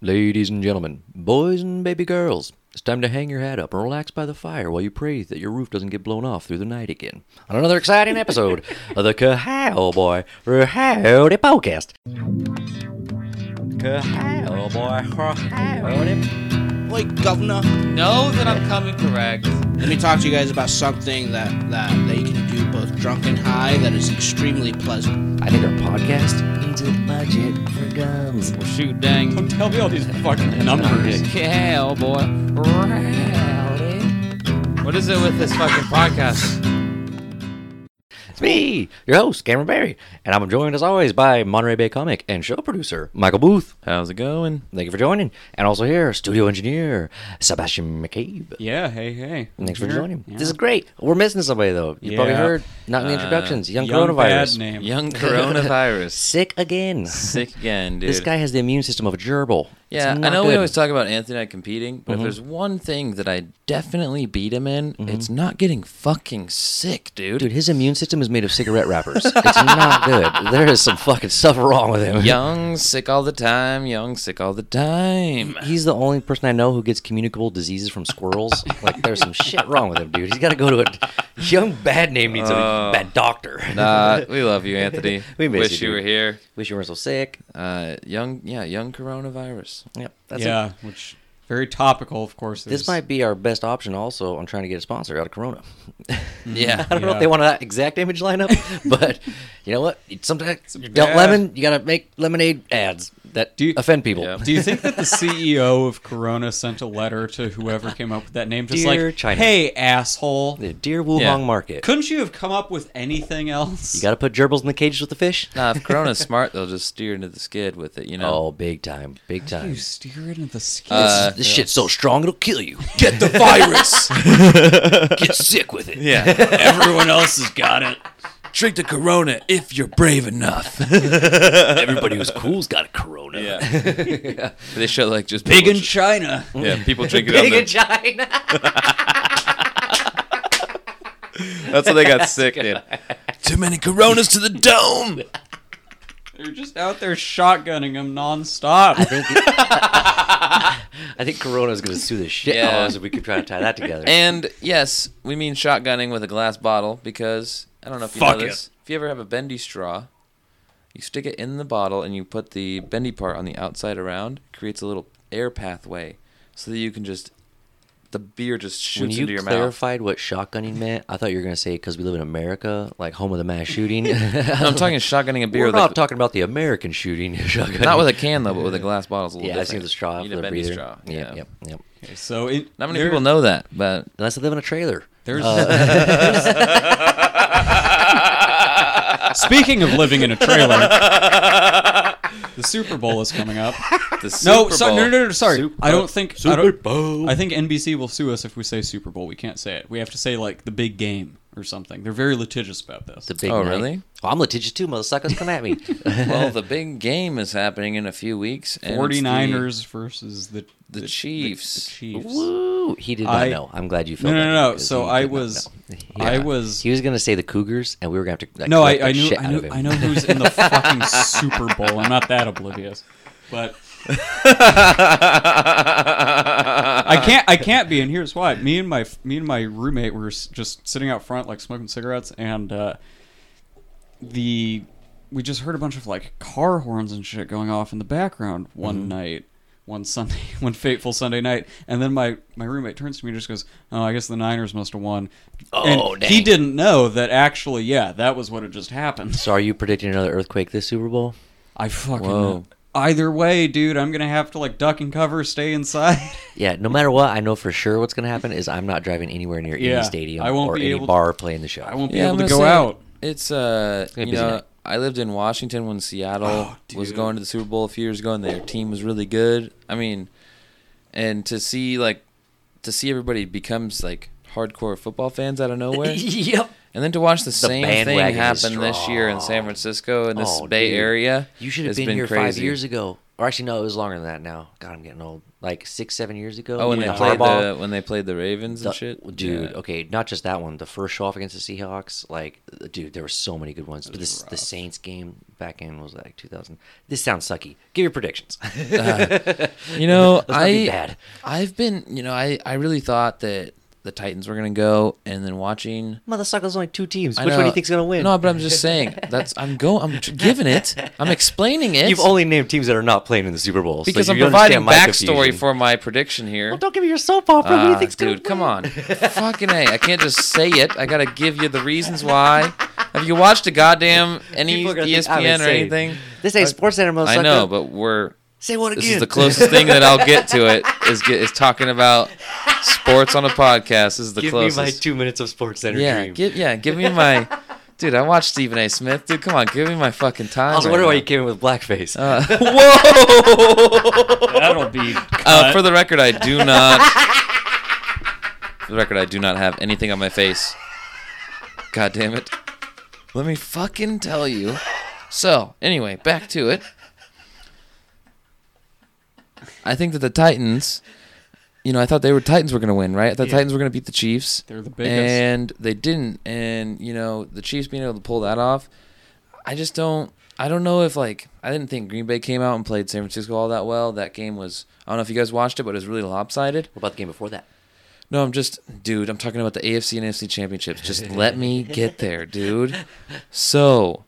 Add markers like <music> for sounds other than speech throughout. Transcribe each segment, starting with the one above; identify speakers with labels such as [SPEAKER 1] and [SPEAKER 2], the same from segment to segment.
[SPEAKER 1] Ladies and gentlemen, boys and baby girls, it's time to hang your hat up and relax by the fire while you pray that your roof doesn't get blown off through the night again. On another exciting episode of the Cahal Boy Howdy Podcast. Cahal Boy Howdy.
[SPEAKER 2] Like governor,
[SPEAKER 3] Know that I'm coming correct.
[SPEAKER 2] let me talk to you guys about something that that they can do both drunk and high that is extremely pleasant.
[SPEAKER 1] I think our podcast needs a budget for guns.
[SPEAKER 3] Well, shoot, dang.
[SPEAKER 4] Tell me all these fucking numbers.
[SPEAKER 3] Hell, boy. Rowdy. What is it with this fucking podcast?
[SPEAKER 1] It's me, your host, Cameron Barry, and I'm joined as always by Monterey Bay comic and show producer, Michael Booth.
[SPEAKER 4] How's it going?
[SPEAKER 1] Thank you for joining. And also here, studio engineer, Sebastian McCabe.
[SPEAKER 4] Yeah, hey, hey.
[SPEAKER 1] Thanks for
[SPEAKER 4] Here.
[SPEAKER 1] joining. This is great. We're missing somebody though. You probably
[SPEAKER 4] Yeah.
[SPEAKER 1] heard not in the
[SPEAKER 5] Uh,
[SPEAKER 1] introductions. Young,
[SPEAKER 4] Bad
[SPEAKER 1] coronavirus.
[SPEAKER 4] name.
[SPEAKER 5] <laughs> Young coronavirus.
[SPEAKER 1] Sick again.
[SPEAKER 5] <laughs> Sick again, dude.
[SPEAKER 1] This guy has the immune system of a gerbil. It's
[SPEAKER 5] yeah, I
[SPEAKER 1] not
[SPEAKER 5] know we
[SPEAKER 1] good. Mm-hmm.
[SPEAKER 5] always talk about Anthony and I competing, but if there's one thing that I definitely beat him in, it's not getting fucking sick, dude.
[SPEAKER 1] Dude, his immune system is made of cigarette wrappers. it's not good. There is some fucking stuff wrong with him.
[SPEAKER 5] <laughs> young, sick all the time. Young, sick all the time.
[SPEAKER 1] <laughs> He's the only person I know who gets communicable diseases from squirrels. like, there's some shit wrong with him, dude. He's got to go to a young bad name needs a
[SPEAKER 5] Oh.
[SPEAKER 1] bad doctor.
[SPEAKER 5] Nah, we love you, Anthony.
[SPEAKER 1] <laughs> We miss
[SPEAKER 5] wish
[SPEAKER 1] you,
[SPEAKER 5] you, were
[SPEAKER 1] dude.
[SPEAKER 5] here.
[SPEAKER 1] <laughs> Wish you weren't so sick.
[SPEAKER 5] Uh, young, yeah, young coronavirus.
[SPEAKER 1] Yep, that's it.
[SPEAKER 4] yeah, which very topical, of course.
[SPEAKER 1] This
[SPEAKER 4] there's-
[SPEAKER 1] might be our best option also on trying to get a sponsor out of Corona. <laughs>
[SPEAKER 5] Yeah,
[SPEAKER 1] I don't know if
[SPEAKER 4] Yeah.
[SPEAKER 1] they want that exact image lineup, <laughs> but you know what? Sometimes you don't
[SPEAKER 4] bad.
[SPEAKER 1] lemon, you gotta make lemonade ads that
[SPEAKER 4] Do you-
[SPEAKER 1] offend people.
[SPEAKER 5] Yeah.
[SPEAKER 4] Do you think that the CEO of Corona sent a letter to whoever came up with that name, just
[SPEAKER 1] Dear
[SPEAKER 4] like,
[SPEAKER 1] China.
[SPEAKER 4] "Hey, asshole,
[SPEAKER 1] The dear Wuhan
[SPEAKER 5] Yeah.
[SPEAKER 1] market.
[SPEAKER 4] couldn't you have come up with anything else?"
[SPEAKER 1] You gotta put gerbils in the cages with the fish.
[SPEAKER 5] Nah,
[SPEAKER 1] <laughs>
[SPEAKER 5] if Corona's smart, they'll just steer into the skid with it, you know.
[SPEAKER 1] Oh, big time, big time.
[SPEAKER 4] you steer into the skin.
[SPEAKER 5] Uh,
[SPEAKER 1] this shit's so strong it'll kill you.
[SPEAKER 4] get the virus.
[SPEAKER 1] Get sick with it.
[SPEAKER 5] <laughs> Yeah,
[SPEAKER 1] <laughs>
[SPEAKER 4] Everyone else has got it.
[SPEAKER 5] drink the Corona if you're brave enough.
[SPEAKER 1] Everybody who's cool's got a corona.
[SPEAKER 5] Yeah. They show like just
[SPEAKER 4] Big
[SPEAKER 5] people
[SPEAKER 4] in China.
[SPEAKER 5] dr- <laughs> yeah, people drinking
[SPEAKER 1] Big in
[SPEAKER 5] it.
[SPEAKER 1] China.
[SPEAKER 5] on the- That's how they got sick, dude. <laughs> Too many Coronas to the dome.
[SPEAKER 4] They're just out there shotgunning them nonstop.
[SPEAKER 1] I think Corona's gonna sue the shit
[SPEAKER 5] Yeah.
[SPEAKER 1] out of us if we keep trying to tie that together.
[SPEAKER 5] And yes, we mean shotgunning with a glass bottle because I don't know if you
[SPEAKER 4] Fuck
[SPEAKER 5] know
[SPEAKER 4] it.
[SPEAKER 5] this. If you ever have a bendy straw, you stick it in the bottle and you put the bendy part on the outside around, creates a little air pathway so that you can just the beer just
[SPEAKER 1] when
[SPEAKER 5] shoots
[SPEAKER 1] you
[SPEAKER 5] into your mouth.
[SPEAKER 1] clarified what shotgunning meant, I thought you were gonna say because we live in America, like home of the mass
[SPEAKER 5] <laughs>
[SPEAKER 1] shooting.
[SPEAKER 5] I'm talking shotgunning a beer
[SPEAKER 1] We're
[SPEAKER 5] with
[SPEAKER 1] not
[SPEAKER 5] a,
[SPEAKER 1] talking about the American shooting. <laughs> shotgunning.
[SPEAKER 5] not with a can though, but with a glass bottle. It's a little
[SPEAKER 1] yeah, I
[SPEAKER 5] different.
[SPEAKER 1] see the straw for
[SPEAKER 5] You need a
[SPEAKER 1] the
[SPEAKER 5] bendy
[SPEAKER 1] breather.
[SPEAKER 5] straw.
[SPEAKER 1] Yep,
[SPEAKER 5] yeah.
[SPEAKER 1] yep, yep.
[SPEAKER 4] so it,
[SPEAKER 5] Not many
[SPEAKER 4] there-
[SPEAKER 5] people know that, but
[SPEAKER 1] Unless they live in a trailer.
[SPEAKER 4] There's.
[SPEAKER 1] Uh,
[SPEAKER 5] <laughs>
[SPEAKER 1] <laughs>
[SPEAKER 4] Speaking of living in a trailer, the Super Bowl is coming
[SPEAKER 5] <laughs>
[SPEAKER 4] up. no,
[SPEAKER 5] the Super
[SPEAKER 4] so, no,
[SPEAKER 5] Bowl-
[SPEAKER 4] no, no, sorry. I don't think. I, don't,
[SPEAKER 1] Bowl.
[SPEAKER 4] I think NBC will sue us if we say Super Bowl. We can't say it. We have to say like the big game or something. They're very litigious about this.
[SPEAKER 1] The big
[SPEAKER 5] Oh,
[SPEAKER 1] night.
[SPEAKER 5] really?
[SPEAKER 1] Oh, I'm litigious too, motherfuckers. Come
[SPEAKER 4] <laughs>
[SPEAKER 1] at me.
[SPEAKER 5] well, the big game is happening in a few weeks. And it's
[SPEAKER 4] 49ers versus the
[SPEAKER 5] The Chiefs.
[SPEAKER 4] The, Chiefs.
[SPEAKER 1] Woo! He did not
[SPEAKER 4] I-
[SPEAKER 1] know. I'm glad you
[SPEAKER 4] No,
[SPEAKER 1] felt
[SPEAKER 4] no,
[SPEAKER 1] that
[SPEAKER 4] no. no.
[SPEAKER 1] because
[SPEAKER 4] So
[SPEAKER 1] he
[SPEAKER 4] I
[SPEAKER 1] did not
[SPEAKER 4] was,
[SPEAKER 1] know. <laughs>
[SPEAKER 4] I
[SPEAKER 1] Yeah.
[SPEAKER 4] was.
[SPEAKER 1] He was gonna say the Cougars, and we were gonna have to. Like,
[SPEAKER 4] No, I,
[SPEAKER 1] correct the
[SPEAKER 4] I knew,
[SPEAKER 1] shit
[SPEAKER 4] I
[SPEAKER 1] out
[SPEAKER 4] know,
[SPEAKER 1] of him.
[SPEAKER 4] I know who's in
[SPEAKER 1] <laughs>
[SPEAKER 4] the fucking Super Bowl. I'm not that oblivious, but
[SPEAKER 1] <laughs>
[SPEAKER 4] I can't, I can't be. And here's why: me and my, me and my roommate were s- just sitting out front, like smoking cigarettes, and uh, the we just heard a bunch of like car horns and shit going off in the background one
[SPEAKER 1] Mm-hmm.
[SPEAKER 4] night. One Sunday, <laughs> one fateful Sunday night, and then my my roommate turns to me and just goes, "Oh, I guess the Niners must have won."
[SPEAKER 1] Oh,
[SPEAKER 4] and he
[SPEAKER 1] dang.
[SPEAKER 4] didn't know that actually. Yeah, that was what had just happened.
[SPEAKER 1] So are you predicting another earthquake this Super Bowl?
[SPEAKER 4] I fucking
[SPEAKER 5] Whoa.
[SPEAKER 4] either way, dude, I'm gonna have to like duck and cover, stay inside.
[SPEAKER 1] Yeah. No matter what, I know for sure what's gonna happen is I'm not driving anywhere near
[SPEAKER 4] Yeah,
[SPEAKER 1] any stadium
[SPEAKER 4] I won't
[SPEAKER 1] or
[SPEAKER 4] be
[SPEAKER 1] any
[SPEAKER 4] able to-
[SPEAKER 1] bar playing the show.
[SPEAKER 4] <laughs> I won't be
[SPEAKER 5] Yeah,
[SPEAKER 4] able
[SPEAKER 5] I'm
[SPEAKER 4] to
[SPEAKER 5] gonna
[SPEAKER 4] go
[SPEAKER 5] say,
[SPEAKER 4] out.
[SPEAKER 5] It's uh,
[SPEAKER 1] be a
[SPEAKER 5] you
[SPEAKER 1] busy
[SPEAKER 5] know,
[SPEAKER 1] night.
[SPEAKER 5] I lived in Washington when Seattle
[SPEAKER 4] Oh,
[SPEAKER 5] was
[SPEAKER 4] dude.
[SPEAKER 5] going to the Super Bowl a few years ago, and their team was really good. I mean, and to see like, to see everybody becomes like hardcore football fans out of
[SPEAKER 4] <laughs>
[SPEAKER 1] <laughs>
[SPEAKER 5] nowhere,
[SPEAKER 1] yep.
[SPEAKER 5] and then to watch the, same thing
[SPEAKER 1] bandwagon is
[SPEAKER 5] happen this year in San
[SPEAKER 1] strong.
[SPEAKER 5] Francisco in this
[SPEAKER 1] Oh,
[SPEAKER 5] Bay
[SPEAKER 1] dude.
[SPEAKER 5] Area,
[SPEAKER 1] You should have
[SPEAKER 5] has
[SPEAKER 1] been, here five
[SPEAKER 5] crazy.
[SPEAKER 1] years ago. or actually no, it was longer than that. Now, God, I'm getting old. Like six, seven years ago.
[SPEAKER 5] Oh, when
[SPEAKER 1] you
[SPEAKER 5] they
[SPEAKER 1] know,
[SPEAKER 5] played
[SPEAKER 1] Harbaugh-
[SPEAKER 5] the when they played the Ravens and
[SPEAKER 1] The-
[SPEAKER 5] shit,
[SPEAKER 1] Dude,
[SPEAKER 5] Yeah.
[SPEAKER 1] okay, not just that one. The first off against the Seahawks, like, dude, there were so many good ones. But this the Saints game back in was like 2000. This sounds sucky. Give your predictions.
[SPEAKER 5] <laughs> You
[SPEAKER 1] <laughs>
[SPEAKER 5] know,
[SPEAKER 1] Let's not
[SPEAKER 5] I
[SPEAKER 1] be bad.
[SPEAKER 5] I've been, you know, I I really thought that the Titans were gonna go, and then watching.
[SPEAKER 1] Motherfuckers, only two teams.
[SPEAKER 5] I
[SPEAKER 1] Which one do
[SPEAKER 5] know-
[SPEAKER 1] you think's gonna win?
[SPEAKER 5] No, but I'm just saying that's I'm go I'm tr- giving it. I'm explaining
[SPEAKER 1] <laughs>
[SPEAKER 5] it.
[SPEAKER 1] You've only named teams that are not playing in the Super Bowl. so
[SPEAKER 5] because I'm
[SPEAKER 1] you
[SPEAKER 5] providing
[SPEAKER 1] understand my
[SPEAKER 5] backstory
[SPEAKER 1] confusion.
[SPEAKER 5] for my prediction here.
[SPEAKER 1] Well, don't give me your soap opera. Who do you
[SPEAKER 5] Ah,
[SPEAKER 1] think's gonna
[SPEAKER 5] dude, come
[SPEAKER 1] win? <laughs>
[SPEAKER 5] on. Fucking A. I can't just say it. I got to give you the reasons why. Have you watched a goddamn any E
[SPEAKER 1] People are gonna think I'm
[SPEAKER 5] ESPN or
[SPEAKER 1] insane.
[SPEAKER 5] anything? Uh,
[SPEAKER 1] This ain't sports animal.
[SPEAKER 5] I
[SPEAKER 1] sucker.
[SPEAKER 5] know, but we're
[SPEAKER 1] say what again?
[SPEAKER 5] this is the closest thing
[SPEAKER 1] <laughs>
[SPEAKER 5] that I'll get to it is get, is talking about sports on a podcast. This is the
[SPEAKER 1] give
[SPEAKER 5] closest.
[SPEAKER 1] me my two minutes of sports center
[SPEAKER 5] yeah,
[SPEAKER 1] dream.
[SPEAKER 5] give yeah, give me my dude. I watched Stephen A. Smith. Dude, come on, give me my fucking time.
[SPEAKER 1] I was
[SPEAKER 5] right
[SPEAKER 1] wondering why
[SPEAKER 5] now.
[SPEAKER 1] you came in with blackface. <laughs>
[SPEAKER 5] Uh, <laughs>
[SPEAKER 1] Whoa!
[SPEAKER 4] <laughs> That'll be.
[SPEAKER 5] Uh, for the record, I do not. for the record, I do not have anything on my face. God damn it! Let me fucking tell you. So anyway, back to it. I think that the Titans, you know, I thought they were Titans were going to win, right? I thought Titans were going to beat the Chiefs.
[SPEAKER 4] They're the biggest.
[SPEAKER 5] and they didn't. And you know, the Chiefs being able to pull that off, I just don't. I don't know if like I didn't think Green Bay came out and played San Francisco all that well. That game was I don't know if you guys watched it, but it was really lopsided.
[SPEAKER 1] What about the game before that?
[SPEAKER 5] No, I'm just dude. I'm talking about the AFC and NFC championships. Just let
[SPEAKER 1] <laughs>
[SPEAKER 5] me get there, dude. So,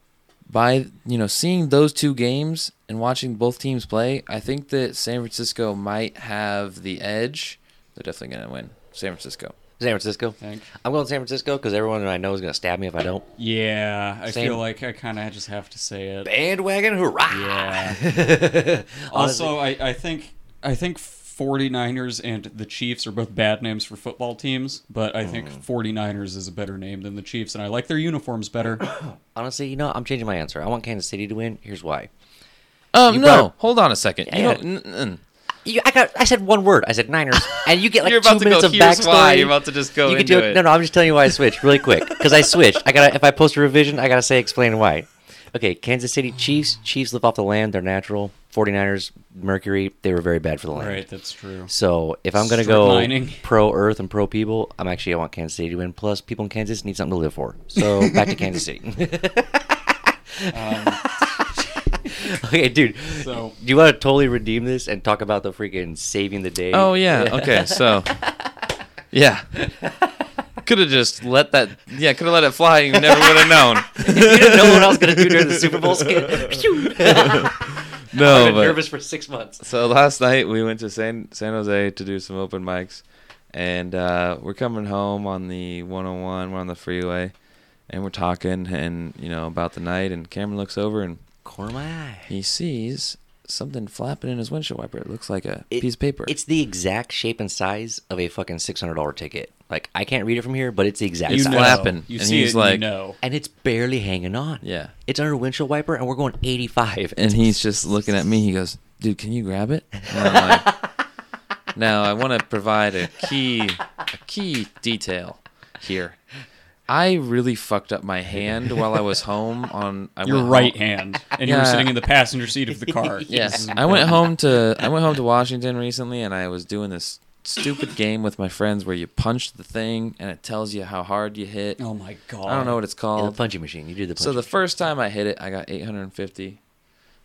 [SPEAKER 5] by you know seeing those two games and watching both teams play, I think that San Francisco might have the edge. They're definitely gonna win. San Francisco.
[SPEAKER 1] San Francisco.
[SPEAKER 4] Thank-
[SPEAKER 1] I'm going to San Francisco because everyone I know is going to stab me if I don't.
[SPEAKER 4] Yeah, I
[SPEAKER 1] Same.
[SPEAKER 4] feel like I kind of just have to say it.
[SPEAKER 1] Bandwagon, hurrah!
[SPEAKER 4] Yeah.
[SPEAKER 5] <laughs>
[SPEAKER 1] Honestly,
[SPEAKER 4] Also, I, I think I think 49ers and the Chiefs are both bad names for football teams, but I think
[SPEAKER 5] Mm.
[SPEAKER 4] 49ers is a better name than the Chiefs, and I like their uniforms
[SPEAKER 5] <coughs>
[SPEAKER 4] better.
[SPEAKER 1] honestly, you know, I'm changing my answer. I want Kansas City to win. Here's why.
[SPEAKER 5] Um,
[SPEAKER 1] You
[SPEAKER 5] no,
[SPEAKER 1] brought-
[SPEAKER 5] hold on a second. You
[SPEAKER 1] Yeah.
[SPEAKER 5] don't- n- n-
[SPEAKER 1] You, I got. I said one word. I said Niners, and you get like
[SPEAKER 5] <laughs> You're about
[SPEAKER 1] two
[SPEAKER 5] to
[SPEAKER 1] minutes
[SPEAKER 5] go,
[SPEAKER 1] of
[SPEAKER 5] "Here's
[SPEAKER 1] backstory.
[SPEAKER 5] why." You're about to just go
[SPEAKER 1] You can
[SPEAKER 5] into
[SPEAKER 1] do
[SPEAKER 5] it.
[SPEAKER 1] No, no. I'm just telling you why I switched
[SPEAKER 5] <laughs>
[SPEAKER 1] really quick because I switched. I got. to If I post a revision, I gotta say explain why. Okay, Kansas City Chiefs. Chiefs live off the land. They're natural. 49ers, Mercury. They were very bad for the land.
[SPEAKER 4] right, that's true.
[SPEAKER 1] So if I'm gonna
[SPEAKER 4] Strip
[SPEAKER 1] go
[SPEAKER 5] <laughs>
[SPEAKER 4] mining.
[SPEAKER 1] pro Earth and pro people, I'm actually I want Kansas City to win. Plus, people in Kansas need something to live for. So
[SPEAKER 5] <laughs>
[SPEAKER 1] back to Kansas City.
[SPEAKER 5] Um,
[SPEAKER 1] <laughs> okay, dude.
[SPEAKER 4] So-
[SPEAKER 1] do you want to totally redeem this and talk about the freaking saving the day? <laughs>
[SPEAKER 5] Oh yeah. Okay. So, yeah. Could have just let that. Yeah. Could have let it fly. You never would have known.
[SPEAKER 1] <laughs> you didn't know what I was gonna do during the Super Bowl skit. Phew. <laughs> I've
[SPEAKER 5] <laughs> No,
[SPEAKER 1] been
[SPEAKER 5] Oh, but
[SPEAKER 1] nervous for six months.
[SPEAKER 5] so last night we went to San San Jose to do some open mics, and uh, we're coming home on the 101. We're on the freeway, and we're talking and you know about the night. And Cameron looks over and
[SPEAKER 1] Corner of my eye.
[SPEAKER 5] he sees something flapping in his windshield wiper. It looks like a
[SPEAKER 1] It-
[SPEAKER 5] piece of paper.
[SPEAKER 1] It's the exact shape and size of a fucking six hundred dollar ticket. Like I can't read it from here, but it's the exact
[SPEAKER 5] You
[SPEAKER 1] size.
[SPEAKER 5] know. flapping,
[SPEAKER 4] You
[SPEAKER 5] and
[SPEAKER 4] see
[SPEAKER 5] he's
[SPEAKER 4] it, and you
[SPEAKER 5] like-
[SPEAKER 4] know.
[SPEAKER 1] and it's barely hanging on.
[SPEAKER 5] Yeah.
[SPEAKER 1] It's under a windshield wiper, and we're going 85. <laughs>
[SPEAKER 5] and he's just looking at me. He goes, "Dude, can you grab it?" And I'm like, now I want to provide a key, a key detail here. I really fucked up my hand while I was home on I
[SPEAKER 4] Your
[SPEAKER 5] went home-
[SPEAKER 4] right
[SPEAKER 5] <laughs>
[SPEAKER 4] hand, Mm-hmm. and you were
[SPEAKER 5] Yeah.
[SPEAKER 4] sitting in the passenger seat
[SPEAKER 5] <laughs>
[SPEAKER 4] of the car. This
[SPEAKER 5] Yes,
[SPEAKER 4] is
[SPEAKER 5] I went home to I went home to Washington recently, and I was doing this stupid game with my friends where you punch the thing and it tells you how hard you hit.
[SPEAKER 4] Oh my god!
[SPEAKER 5] I don't know what it's
[SPEAKER 1] Yeah, the
[SPEAKER 5] called.
[SPEAKER 1] punching machine. You do the punch.
[SPEAKER 5] So the first time I hit it, I got 850.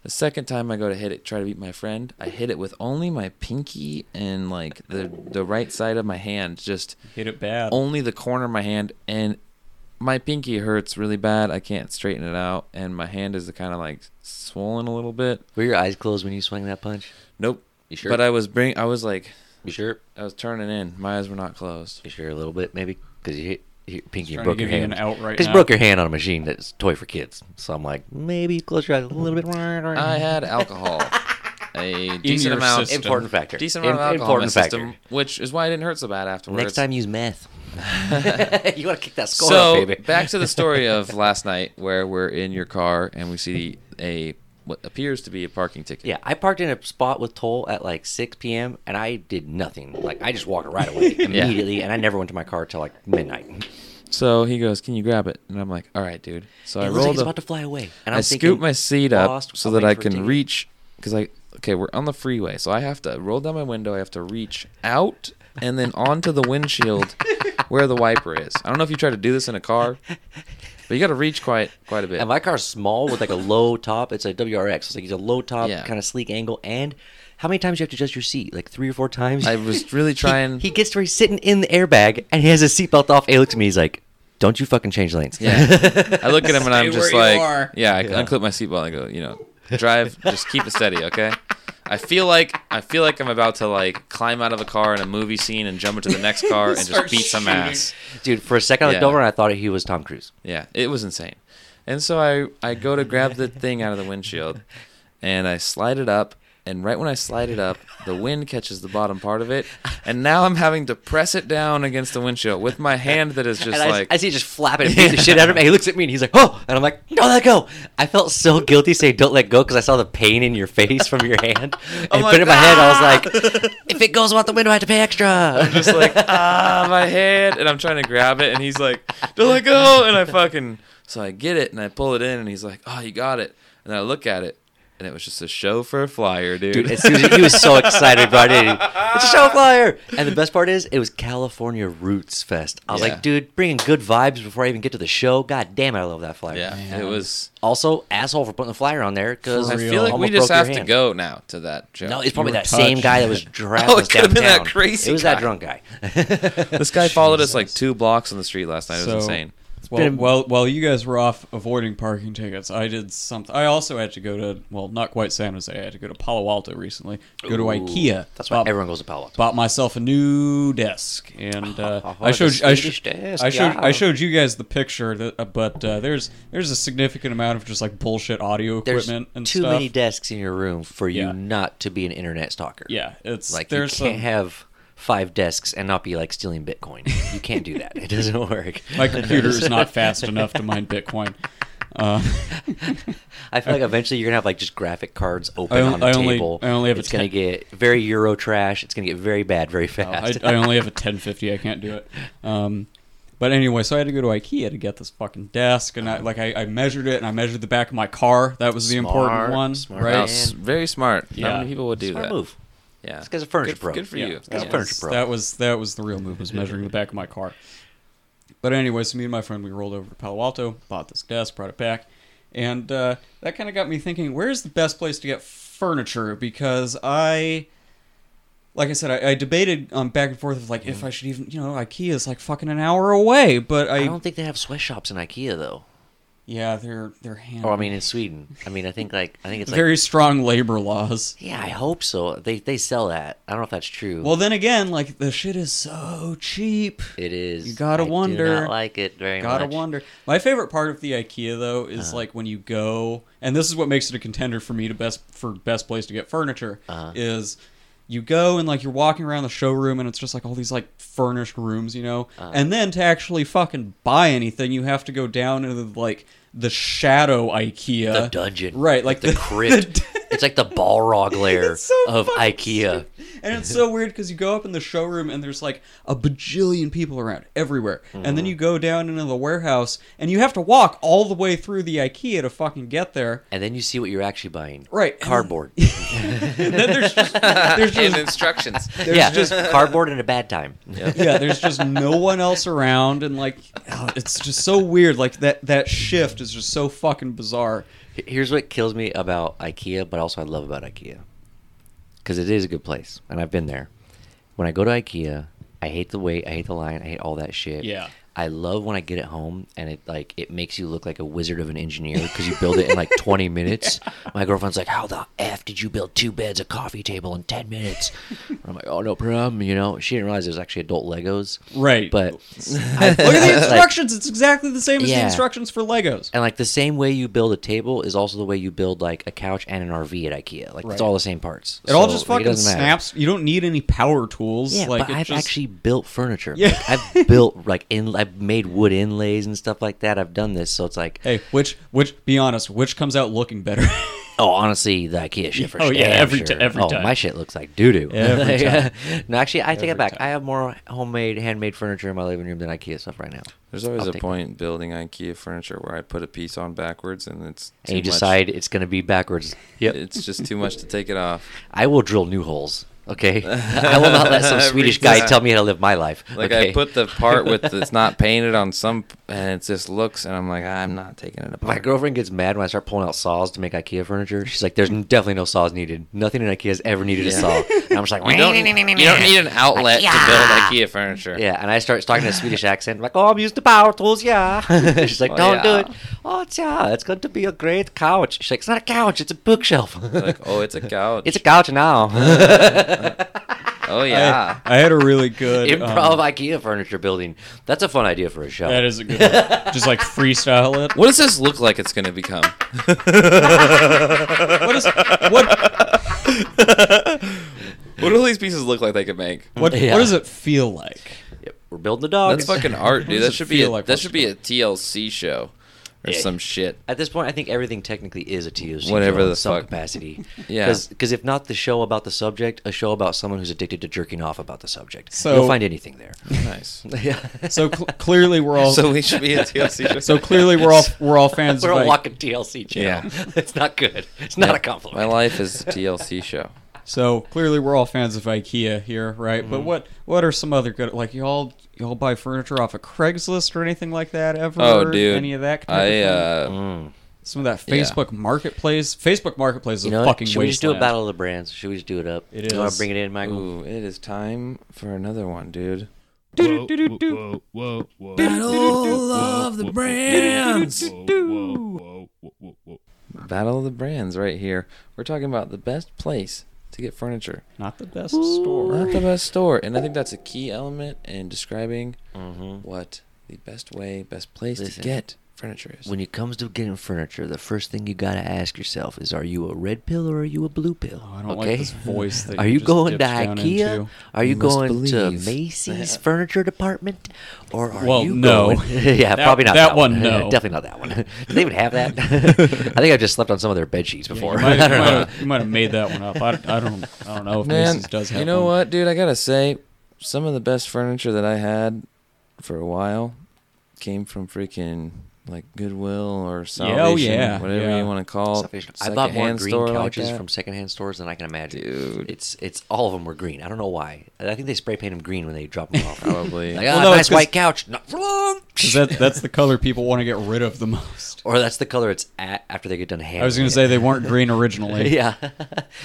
[SPEAKER 5] The second time I go to hit it, try to beat my friend, I hit it with only my pinky and like the the right side of my hand, just
[SPEAKER 4] Hit it bad.
[SPEAKER 5] only the corner of my hand, and my pinky hurts really bad. I can't straighten it out, and my hand is kind of like swollen a little bit.
[SPEAKER 1] Were your eyes closed when you swung that punch?
[SPEAKER 5] Nope.
[SPEAKER 1] You sure?
[SPEAKER 5] But I was bring. I was like,
[SPEAKER 1] You sure?
[SPEAKER 5] I was turning in. My eyes were not closed.
[SPEAKER 1] <laughs> You sure a little bit, maybe? Because you hit, you hit pinky
[SPEAKER 4] Trying
[SPEAKER 1] and
[SPEAKER 4] to
[SPEAKER 1] broke
[SPEAKER 4] give
[SPEAKER 1] your
[SPEAKER 4] you an
[SPEAKER 1] hand.
[SPEAKER 4] out right
[SPEAKER 1] Because
[SPEAKER 4] now.
[SPEAKER 1] broke your hand on a machine that's a toy for kids. So I'm like, maybe close your eyes a little bit.
[SPEAKER 5] I had alcohol, a
[SPEAKER 4] your
[SPEAKER 5] decent amount,
[SPEAKER 4] system.
[SPEAKER 1] <laughs> Important factor.
[SPEAKER 5] decent
[SPEAKER 1] Im-
[SPEAKER 5] amount of alcohol in my
[SPEAKER 1] Important factor.
[SPEAKER 5] system, which is why I didn't hurt so bad afterwards.
[SPEAKER 1] Next time use
[SPEAKER 5] <laughs>
[SPEAKER 1] meth. <laughs> you want to kick that score
[SPEAKER 5] so
[SPEAKER 1] up, baby.
[SPEAKER 5] <laughs> back to the
[SPEAKER 1] <laughs>
[SPEAKER 5] story of last night where we're in your car and we see a what appears to be a parking ticket.
[SPEAKER 1] Yeah, I parked in a spot with toll at like 6 p.m. and I did nothing. Like I just walked right
[SPEAKER 5] <laughs>
[SPEAKER 1] away immediately, and I never went to my car till like midnight.
[SPEAKER 5] So he goes, "Can you grab it?" And I'm like, "All right, dude." So
[SPEAKER 1] it
[SPEAKER 5] I
[SPEAKER 1] looks like
[SPEAKER 5] rolled.
[SPEAKER 1] it's
[SPEAKER 5] up-
[SPEAKER 1] about to fly away, and
[SPEAKER 5] I
[SPEAKER 1] I'm
[SPEAKER 5] scooped
[SPEAKER 1] thinking,
[SPEAKER 5] my seat up
[SPEAKER 1] lost,
[SPEAKER 5] so
[SPEAKER 1] I'll
[SPEAKER 5] that
[SPEAKER 1] wait
[SPEAKER 5] I
[SPEAKER 1] for a
[SPEAKER 5] can
[SPEAKER 1] ticket.
[SPEAKER 5] reach because I okay, we're on the freeway, so I have to roll down my window. I have to reach out and then onto the windshield where the wiper is. I don't know if you try to do this in a car, but you got to reach quite quite a bit.
[SPEAKER 1] And my car's small with like
[SPEAKER 5] <laughs>
[SPEAKER 1] a low top. It's a WRX. It's like it's a low top,
[SPEAKER 5] Yeah.
[SPEAKER 1] kind of sleek angle. And how many times you have to adjust your seat? Like three or four times.
[SPEAKER 5] I was
[SPEAKER 1] <laughs>
[SPEAKER 5] really
[SPEAKER 1] He-
[SPEAKER 5] trying-
[SPEAKER 1] He, gets to where he's sitting in the airbag and he has his seatbelt off. He looks at me. He's like, "Don't you fucking change lanes."
[SPEAKER 5] Yeah. I look at
[SPEAKER 1] <laughs>
[SPEAKER 5] him and I'm
[SPEAKER 3] Stay
[SPEAKER 5] just
[SPEAKER 3] where you
[SPEAKER 5] like,
[SPEAKER 3] are.
[SPEAKER 5] yeah, I
[SPEAKER 1] Yeah.
[SPEAKER 5] unclip my seatbelt. and I go, you know, drive, just keep it steady, okay? I feel like I feel like I'm about to like climb out of a car in a movie scene and jump into the next car and just
[SPEAKER 3] Start
[SPEAKER 5] beat some
[SPEAKER 3] shooting.
[SPEAKER 5] ass.
[SPEAKER 1] Dude, for a second I looked
[SPEAKER 5] Yeah.
[SPEAKER 1] over and I thought he was Tom Cruise.
[SPEAKER 5] Yeah, it was insane. And so I I go to grab the thing out of the windshield, and I slide it up. And right when I slide it up, the wind catches the bottom part of it, and now I'm having to press it down against the windshield with my hand that is
[SPEAKER 1] <laughs>
[SPEAKER 5] just
[SPEAKER 1] and I,
[SPEAKER 5] like
[SPEAKER 1] I see it just flapping and beat the shit out
[SPEAKER 5] <laughs>
[SPEAKER 1] of him. And he looks at me and he's like, "Oh!" And I'm like, "Don't let go." I felt so guilty saying "Don't let go" because I saw the pain in your face from your
[SPEAKER 5] <laughs>
[SPEAKER 1] hand. And
[SPEAKER 5] I'm
[SPEAKER 1] put it in
[SPEAKER 5] like,
[SPEAKER 1] my head. I was like, "If it goes out the window, I have to pay extra."
[SPEAKER 5] just like ah my head and i'm trying to grab it and he's like don't let go and i fucking so i get it and i pull it in and he's like oh you got it and i look at it and it was just a show for a flyer
[SPEAKER 1] <laughs>
[SPEAKER 5] dude,
[SPEAKER 1] Dude, as soon as he was so excited, brought it. in. It's a show flyer, and the best part is it was California Roots Fest. I was
[SPEAKER 5] Yeah.
[SPEAKER 1] like, dude, bringing good vibes before I even get to the show. God damn it, I love that flyer.
[SPEAKER 5] <laughs> yeah it was
[SPEAKER 1] Also, asshole for putting the flyer on there because
[SPEAKER 5] i feel like we just have to go now to that show
[SPEAKER 1] No, it's probably
[SPEAKER 4] were
[SPEAKER 1] that same
[SPEAKER 4] touched.
[SPEAKER 1] guy that was
[SPEAKER 4] <laughs>
[SPEAKER 1] dragging
[SPEAKER 5] Oh, it
[SPEAKER 1] us
[SPEAKER 5] could've
[SPEAKER 1] downtown.
[SPEAKER 5] been that crazy
[SPEAKER 1] It was
[SPEAKER 5] guy.
[SPEAKER 1] that drunk guy.
[SPEAKER 5] this guy followed us like two blocks on the street last night it was
[SPEAKER 4] So,
[SPEAKER 5] insane
[SPEAKER 4] Well,
[SPEAKER 1] been a-
[SPEAKER 4] well, while you guys were off avoiding parking tickets, I did something. I also had to go to well, not quite San Jose. I had to go to Palo Alto recently. <laughs> Go to IKEA.
[SPEAKER 1] That's why
[SPEAKER 4] Bought-
[SPEAKER 1] everyone goes to Palo Alto.
[SPEAKER 4] Bought myself a new desk, and uh,
[SPEAKER 1] Oh,
[SPEAKER 4] I showed
[SPEAKER 1] the
[SPEAKER 4] I,
[SPEAKER 1] Swedish
[SPEAKER 4] sh-
[SPEAKER 1] desk,
[SPEAKER 4] I showed
[SPEAKER 1] yeah.
[SPEAKER 4] I showed you guys the picture, that, uh, but uh, there's there's a significant amount of just like bullshit audio
[SPEAKER 1] There's
[SPEAKER 4] equipment and
[SPEAKER 1] too
[SPEAKER 4] stuff.
[SPEAKER 1] many desks in your room for you
[SPEAKER 4] Yeah.
[SPEAKER 1] not to be an internet stalker.
[SPEAKER 4] yeah, it's
[SPEAKER 1] Like you can't
[SPEAKER 4] there's some,
[SPEAKER 1] have five desks and not be like stealing Bitcoin. You can't do that. It doesn't <laughs> work.
[SPEAKER 4] <laughs> my computer
[SPEAKER 1] <laughs>
[SPEAKER 4] is not fast enough to mine Bitcoin. Uh,
[SPEAKER 1] I feel like eventually you're gonna have like just graphic cards open
[SPEAKER 4] I on-
[SPEAKER 1] on the
[SPEAKER 4] I only-
[SPEAKER 1] table.
[SPEAKER 4] I only have a
[SPEAKER 1] it's gonna
[SPEAKER 4] ten- Oh,
[SPEAKER 1] get very Euro trash. It's gonna get very bad very
[SPEAKER 4] I, <laughs>
[SPEAKER 1] fast. <laughs>
[SPEAKER 4] I only have a 1050. I can't do it. Um, but anyway, so I had to go to IKEA to get this fucking desk, and I like I, I measured it, and I measured the back of my car. That was the
[SPEAKER 1] Smart,
[SPEAKER 4] important one,
[SPEAKER 1] smart.
[SPEAKER 5] Wow,
[SPEAKER 4] right?
[SPEAKER 5] s- very smart
[SPEAKER 4] Yeah.
[SPEAKER 5] how many people would do
[SPEAKER 1] Smart
[SPEAKER 5] that
[SPEAKER 1] move.
[SPEAKER 5] yeah
[SPEAKER 1] This guy's a furniture
[SPEAKER 5] good,
[SPEAKER 1] pro.
[SPEAKER 5] good for
[SPEAKER 4] Yeah.
[SPEAKER 5] you
[SPEAKER 1] That's
[SPEAKER 5] Yeah.
[SPEAKER 1] a furniture pro.
[SPEAKER 4] That was that was the real move was measuring the back of my car. But anyways, me and my friend we rolled over to Palo Alto, bought this desk, brought it back, and uh, that kind of got me thinking: where's the best place to get furniture? Because I, like I said, I, I debated um, back and forth of like if I should even you know IKEA is like fucking an hour away, but I,
[SPEAKER 1] Mm. I don't think they have sweatshops in IKEA though.
[SPEAKER 4] yeah they're they're hand
[SPEAKER 1] Or Oh, I mean in Sweden. I mean I think like I think it's like
[SPEAKER 4] very strong labor laws.
[SPEAKER 1] Yeah, I hope so. They they sell that. I don't know if that's true.
[SPEAKER 4] Well, then again, like the shit is so cheap.
[SPEAKER 1] it is.
[SPEAKER 4] you gotta
[SPEAKER 1] I Do
[SPEAKER 4] wonder.
[SPEAKER 1] not like it very
[SPEAKER 4] Gotta
[SPEAKER 1] much. Uh-huh.
[SPEAKER 4] wonder. My favorite part of the IKEA though is like when you go, and this is what makes it a contender for me to best for best place to get furniture
[SPEAKER 1] Uh-huh.
[SPEAKER 4] is you go and like you're walking around the showroom and it's just like all these like furnished rooms, you know.
[SPEAKER 1] Uh-huh.
[SPEAKER 4] And then to actually fucking buy anything, you have to go down into like the shadow IKEA,
[SPEAKER 1] The dungeon,
[SPEAKER 4] right? Like <laughs>
[SPEAKER 1] the, crypt. it's like the Balrog lair
[SPEAKER 4] It's so
[SPEAKER 1] of
[SPEAKER 4] fucking
[SPEAKER 1] IKEA.
[SPEAKER 4] And it's so weird because you go up in the showroom and there's like a bajillion people around everywhere. And
[SPEAKER 1] Mm-hmm.
[SPEAKER 4] then you go down into the warehouse and you have to walk all the way through the IKEA to fucking
[SPEAKER 1] <laughs>
[SPEAKER 4] get there.
[SPEAKER 1] And then you see what you're actually buying.
[SPEAKER 4] Right. <laughs>
[SPEAKER 1] Cardboard.
[SPEAKER 4] And then there's just,
[SPEAKER 5] <laughs>
[SPEAKER 4] there's
[SPEAKER 5] and
[SPEAKER 1] <laughs>
[SPEAKER 4] just
[SPEAKER 5] instructions
[SPEAKER 1] yeah, just cardboard in a bad time.
[SPEAKER 4] yeah, there's just no one else around and like oh, it's just so weird. Like that that shift is just so fucking bizarre.
[SPEAKER 1] Here's what kills me about IKEA, but also I love about IKEA. Because it is a good place, and I've been there. When I go to IKEA, I hate the wait, I hate the line, I hate all that shit.
[SPEAKER 4] Yeah.
[SPEAKER 1] I love when I get it home and it like it makes you look like a wizard of an engineer because you build it in like 20 minutes. My girlfriend's like, "How the f did you build two beds, a coffee table in 10 minutes?" And I'm like, "Oh no problem," you know. She didn't realize it was actually adult Legos,
[SPEAKER 4] Right.
[SPEAKER 1] but <laughs>
[SPEAKER 4] look at the
[SPEAKER 1] like-
[SPEAKER 4] instructions. it's exactly the same as the
[SPEAKER 1] Yeah.
[SPEAKER 4] instructions for Legos.
[SPEAKER 1] and like the same way you build a table is also the way you build like a couch and an RV at IKEA. Like
[SPEAKER 4] Right.
[SPEAKER 1] it's all the same parts.
[SPEAKER 4] It all
[SPEAKER 1] So
[SPEAKER 4] just fucking
[SPEAKER 1] doesn't matter.
[SPEAKER 4] snaps. You don't need any power tools.
[SPEAKER 1] Yeah,
[SPEAKER 4] like,
[SPEAKER 1] but
[SPEAKER 4] it
[SPEAKER 1] I've
[SPEAKER 4] just-
[SPEAKER 1] actually built furniture.
[SPEAKER 4] Yeah.
[SPEAKER 1] Like, I've built like in I've made wood inlays and stuff like that. I've done this, so it's like <laughs>
[SPEAKER 4] Hey, which which be honest, which comes out looking better?
[SPEAKER 1] Oh, honestly, like yeah, shit for
[SPEAKER 6] Oh,
[SPEAKER 1] sure.
[SPEAKER 6] yeah, every
[SPEAKER 1] sure.
[SPEAKER 6] ti- every
[SPEAKER 1] oh,
[SPEAKER 6] time.
[SPEAKER 1] my shit looks <laughs> like doo doo.
[SPEAKER 6] Every time.
[SPEAKER 1] no, actually, I take
[SPEAKER 6] Every
[SPEAKER 1] it back.
[SPEAKER 6] time.
[SPEAKER 1] I have more homemade, handmade furniture in my living room than IKEA stuff right now.
[SPEAKER 5] There's always
[SPEAKER 1] I'll
[SPEAKER 5] a
[SPEAKER 1] take
[SPEAKER 5] point building IKEA furniture where I put a piece on backwards and it's too
[SPEAKER 1] and you
[SPEAKER 5] much.
[SPEAKER 1] decide it's going to be backwards.
[SPEAKER 5] It's just too much to take it
[SPEAKER 1] <laughs>
[SPEAKER 5] off.
[SPEAKER 1] I will drill new holes. Okay, I will not let
[SPEAKER 5] <laughs>
[SPEAKER 1] some
[SPEAKER 5] Every
[SPEAKER 1] Swedish guy
[SPEAKER 5] time.
[SPEAKER 1] tell me how to live my life.
[SPEAKER 5] Like
[SPEAKER 1] okay?
[SPEAKER 5] I put the
[SPEAKER 1] <laughs>
[SPEAKER 5] part with it's not painted on some, and it just looks, and I'm like, I'm not taking it apart.
[SPEAKER 1] My girlfriend gets mad when I start pulling out saws to make IKEA furniture. She's like, "There's definitely no saws needed. Nothing in IKEA's ever needed a
[SPEAKER 5] Yeah.
[SPEAKER 1] saw." And I'm just like, <laughs>
[SPEAKER 5] You don't, you don't need an outlet to build IKEA furniture.
[SPEAKER 1] Yeah, and I start talking in a Swedish
[SPEAKER 5] <laughs>
[SPEAKER 1] accent, like, "Oh, I'm using the power tools, yeah." She's like,
[SPEAKER 5] Oh,
[SPEAKER 1] "Don't
[SPEAKER 5] yeah.
[SPEAKER 1] do it. Oh, it's yeah, it's going to be a great couch." She's like, "It's not a couch. It's a bookshelf."
[SPEAKER 5] <laughs> Like,
[SPEAKER 1] <laughs>
[SPEAKER 5] oh, it's a couch.
[SPEAKER 1] it's a couch now.
[SPEAKER 5] <laughs>
[SPEAKER 1] <laughs>
[SPEAKER 5] oh yeah.
[SPEAKER 4] I, I had a really good
[SPEAKER 1] Improv
[SPEAKER 4] um,
[SPEAKER 1] IKEA furniture building. That's a fun idea for a show.
[SPEAKER 6] That is a good one. Just like freestyle it.
[SPEAKER 5] what does this look like? It's
[SPEAKER 1] <laughs>
[SPEAKER 5] gonna become.
[SPEAKER 4] what is what
[SPEAKER 5] <laughs> What do all these pieces look like they could make?
[SPEAKER 4] what,
[SPEAKER 1] Yeah.
[SPEAKER 4] what does it feel like?
[SPEAKER 1] <laughs> Yep, We're building the dog.
[SPEAKER 5] That's fucking art,
[SPEAKER 4] does
[SPEAKER 5] dude. That
[SPEAKER 4] it
[SPEAKER 5] should be
[SPEAKER 4] feel
[SPEAKER 5] a,
[SPEAKER 4] like
[SPEAKER 5] that
[SPEAKER 4] once
[SPEAKER 5] should
[SPEAKER 4] you
[SPEAKER 5] be a TLC show or
[SPEAKER 1] Yeah.
[SPEAKER 5] some shit.
[SPEAKER 1] At this point, I think everything technically is a TOC
[SPEAKER 5] Whatever
[SPEAKER 1] show in
[SPEAKER 5] the
[SPEAKER 1] some
[SPEAKER 5] fuck.
[SPEAKER 1] capacity.
[SPEAKER 5] <laughs> Yeah.
[SPEAKER 1] Because if not the show about the subject, a show about someone who's addicted to jerking off about the subject.
[SPEAKER 4] So-
[SPEAKER 1] You'll find anything there.
[SPEAKER 5] Nice.
[SPEAKER 1] <laughs> yeah.
[SPEAKER 4] So cl- clearly
[SPEAKER 1] <laughs>
[SPEAKER 4] we're all
[SPEAKER 5] <laughs> So
[SPEAKER 4] so,
[SPEAKER 5] we should be a
[SPEAKER 4] <laughs>
[SPEAKER 5] TLC show.
[SPEAKER 4] clearly we're all we're all fans
[SPEAKER 1] We're
[SPEAKER 4] of
[SPEAKER 1] a
[SPEAKER 4] like,
[SPEAKER 1] walking TLC channel.
[SPEAKER 5] Yeah.
[SPEAKER 1] <laughs> it's not good. It's not a compliment.
[SPEAKER 5] My life
[SPEAKER 1] <laughs>
[SPEAKER 5] is a TLC show.
[SPEAKER 4] so clearly we're all fans of IKEA here, right? But
[SPEAKER 6] Mm-hmm.
[SPEAKER 4] what what are some other good like y'all y'all buy furniture off of Craigslist or anything like that ever?
[SPEAKER 5] Oh, dude.
[SPEAKER 4] any of that? Kind
[SPEAKER 5] I
[SPEAKER 4] of thing?
[SPEAKER 5] uh,
[SPEAKER 4] some of that
[SPEAKER 5] yeah.
[SPEAKER 4] Facebook Marketplace. Facebook Marketplace is
[SPEAKER 1] You
[SPEAKER 4] a
[SPEAKER 1] know, what?
[SPEAKER 4] fucking
[SPEAKER 1] should we just do a
[SPEAKER 4] wasteland.
[SPEAKER 1] battle of the brands? Should we just do it up?
[SPEAKER 4] It
[SPEAKER 1] You want
[SPEAKER 4] is.
[SPEAKER 1] to bring it in, Michael?
[SPEAKER 5] uh, ooh, it is time for another one, dude.
[SPEAKER 6] Whoa, whoa, whoa, whoa.
[SPEAKER 5] Battle of the brands.
[SPEAKER 6] Whoa, whoa, whoa, whoa, whoa.
[SPEAKER 5] Battle of the brands right here. We're talking about the best place to get furniture.
[SPEAKER 4] Not the best store.
[SPEAKER 5] Not the best store. And I think that's a key element in describing what the best way, best place
[SPEAKER 1] Mm-hmm. Listen.
[SPEAKER 5] to get furniture is.
[SPEAKER 1] When it comes to getting furniture, the first thing you gotta ask yourself is: Are you a red pill or are you a blue pill?
[SPEAKER 4] Oh, I don't like this
[SPEAKER 1] <laughs>
[SPEAKER 4] voice that
[SPEAKER 1] Are
[SPEAKER 4] you
[SPEAKER 1] you
[SPEAKER 4] just
[SPEAKER 1] going to
[SPEAKER 4] dipped down
[SPEAKER 1] IKEA?
[SPEAKER 4] into.
[SPEAKER 1] Are you
[SPEAKER 5] You must
[SPEAKER 1] going to
[SPEAKER 5] believe.
[SPEAKER 1] Macy's furniture department? Or are
[SPEAKER 4] Well,
[SPEAKER 1] you
[SPEAKER 4] no.
[SPEAKER 1] going? <laughs>
[SPEAKER 4] <laughs>
[SPEAKER 1] yeah,
[SPEAKER 4] That-
[SPEAKER 1] probably not
[SPEAKER 4] that
[SPEAKER 1] that one. <laughs>
[SPEAKER 4] one, no.
[SPEAKER 1] Definitely not that one. <laughs> Do they even have that? I think I've just slept on some of their bed sheets
[SPEAKER 4] Yeah,
[SPEAKER 1] before.
[SPEAKER 4] you,
[SPEAKER 1] <laughs>
[SPEAKER 4] might,
[SPEAKER 1] I
[SPEAKER 4] you, might
[SPEAKER 1] don't know.
[SPEAKER 4] have, you might have made that one up. I, I don't. I don't know if
[SPEAKER 5] Man,
[SPEAKER 4] Macy's does have.
[SPEAKER 5] you know
[SPEAKER 4] one.
[SPEAKER 5] what, dude? I gotta say, some of the best furniture that I had for a while came from freaking like Goodwill or Salvation,
[SPEAKER 4] Oh, yeah,
[SPEAKER 5] whatever
[SPEAKER 4] yeah.
[SPEAKER 5] you want to call it.
[SPEAKER 1] Salvation. I bought more
[SPEAKER 5] secondhand
[SPEAKER 1] green
[SPEAKER 5] store like
[SPEAKER 1] couches
[SPEAKER 5] that.
[SPEAKER 1] from secondhand stores than I can imagine.
[SPEAKER 5] Dude.
[SPEAKER 1] It's it's all of them were green. I don't know why. I think they spray paint them green when they drop them off. like,
[SPEAKER 5] probably.
[SPEAKER 1] ah,
[SPEAKER 4] Well, no,
[SPEAKER 1] nice
[SPEAKER 4] it's 'cause-
[SPEAKER 1] white couch. Not for long.
[SPEAKER 4] 'Cause That, that's the color people want to get rid of the most.
[SPEAKER 1] <laughs> Or that's the color it's at after they get done hand.
[SPEAKER 4] I was going to say they weren't green
[SPEAKER 1] <laughs>
[SPEAKER 4] originally.
[SPEAKER 1] Yeah. That's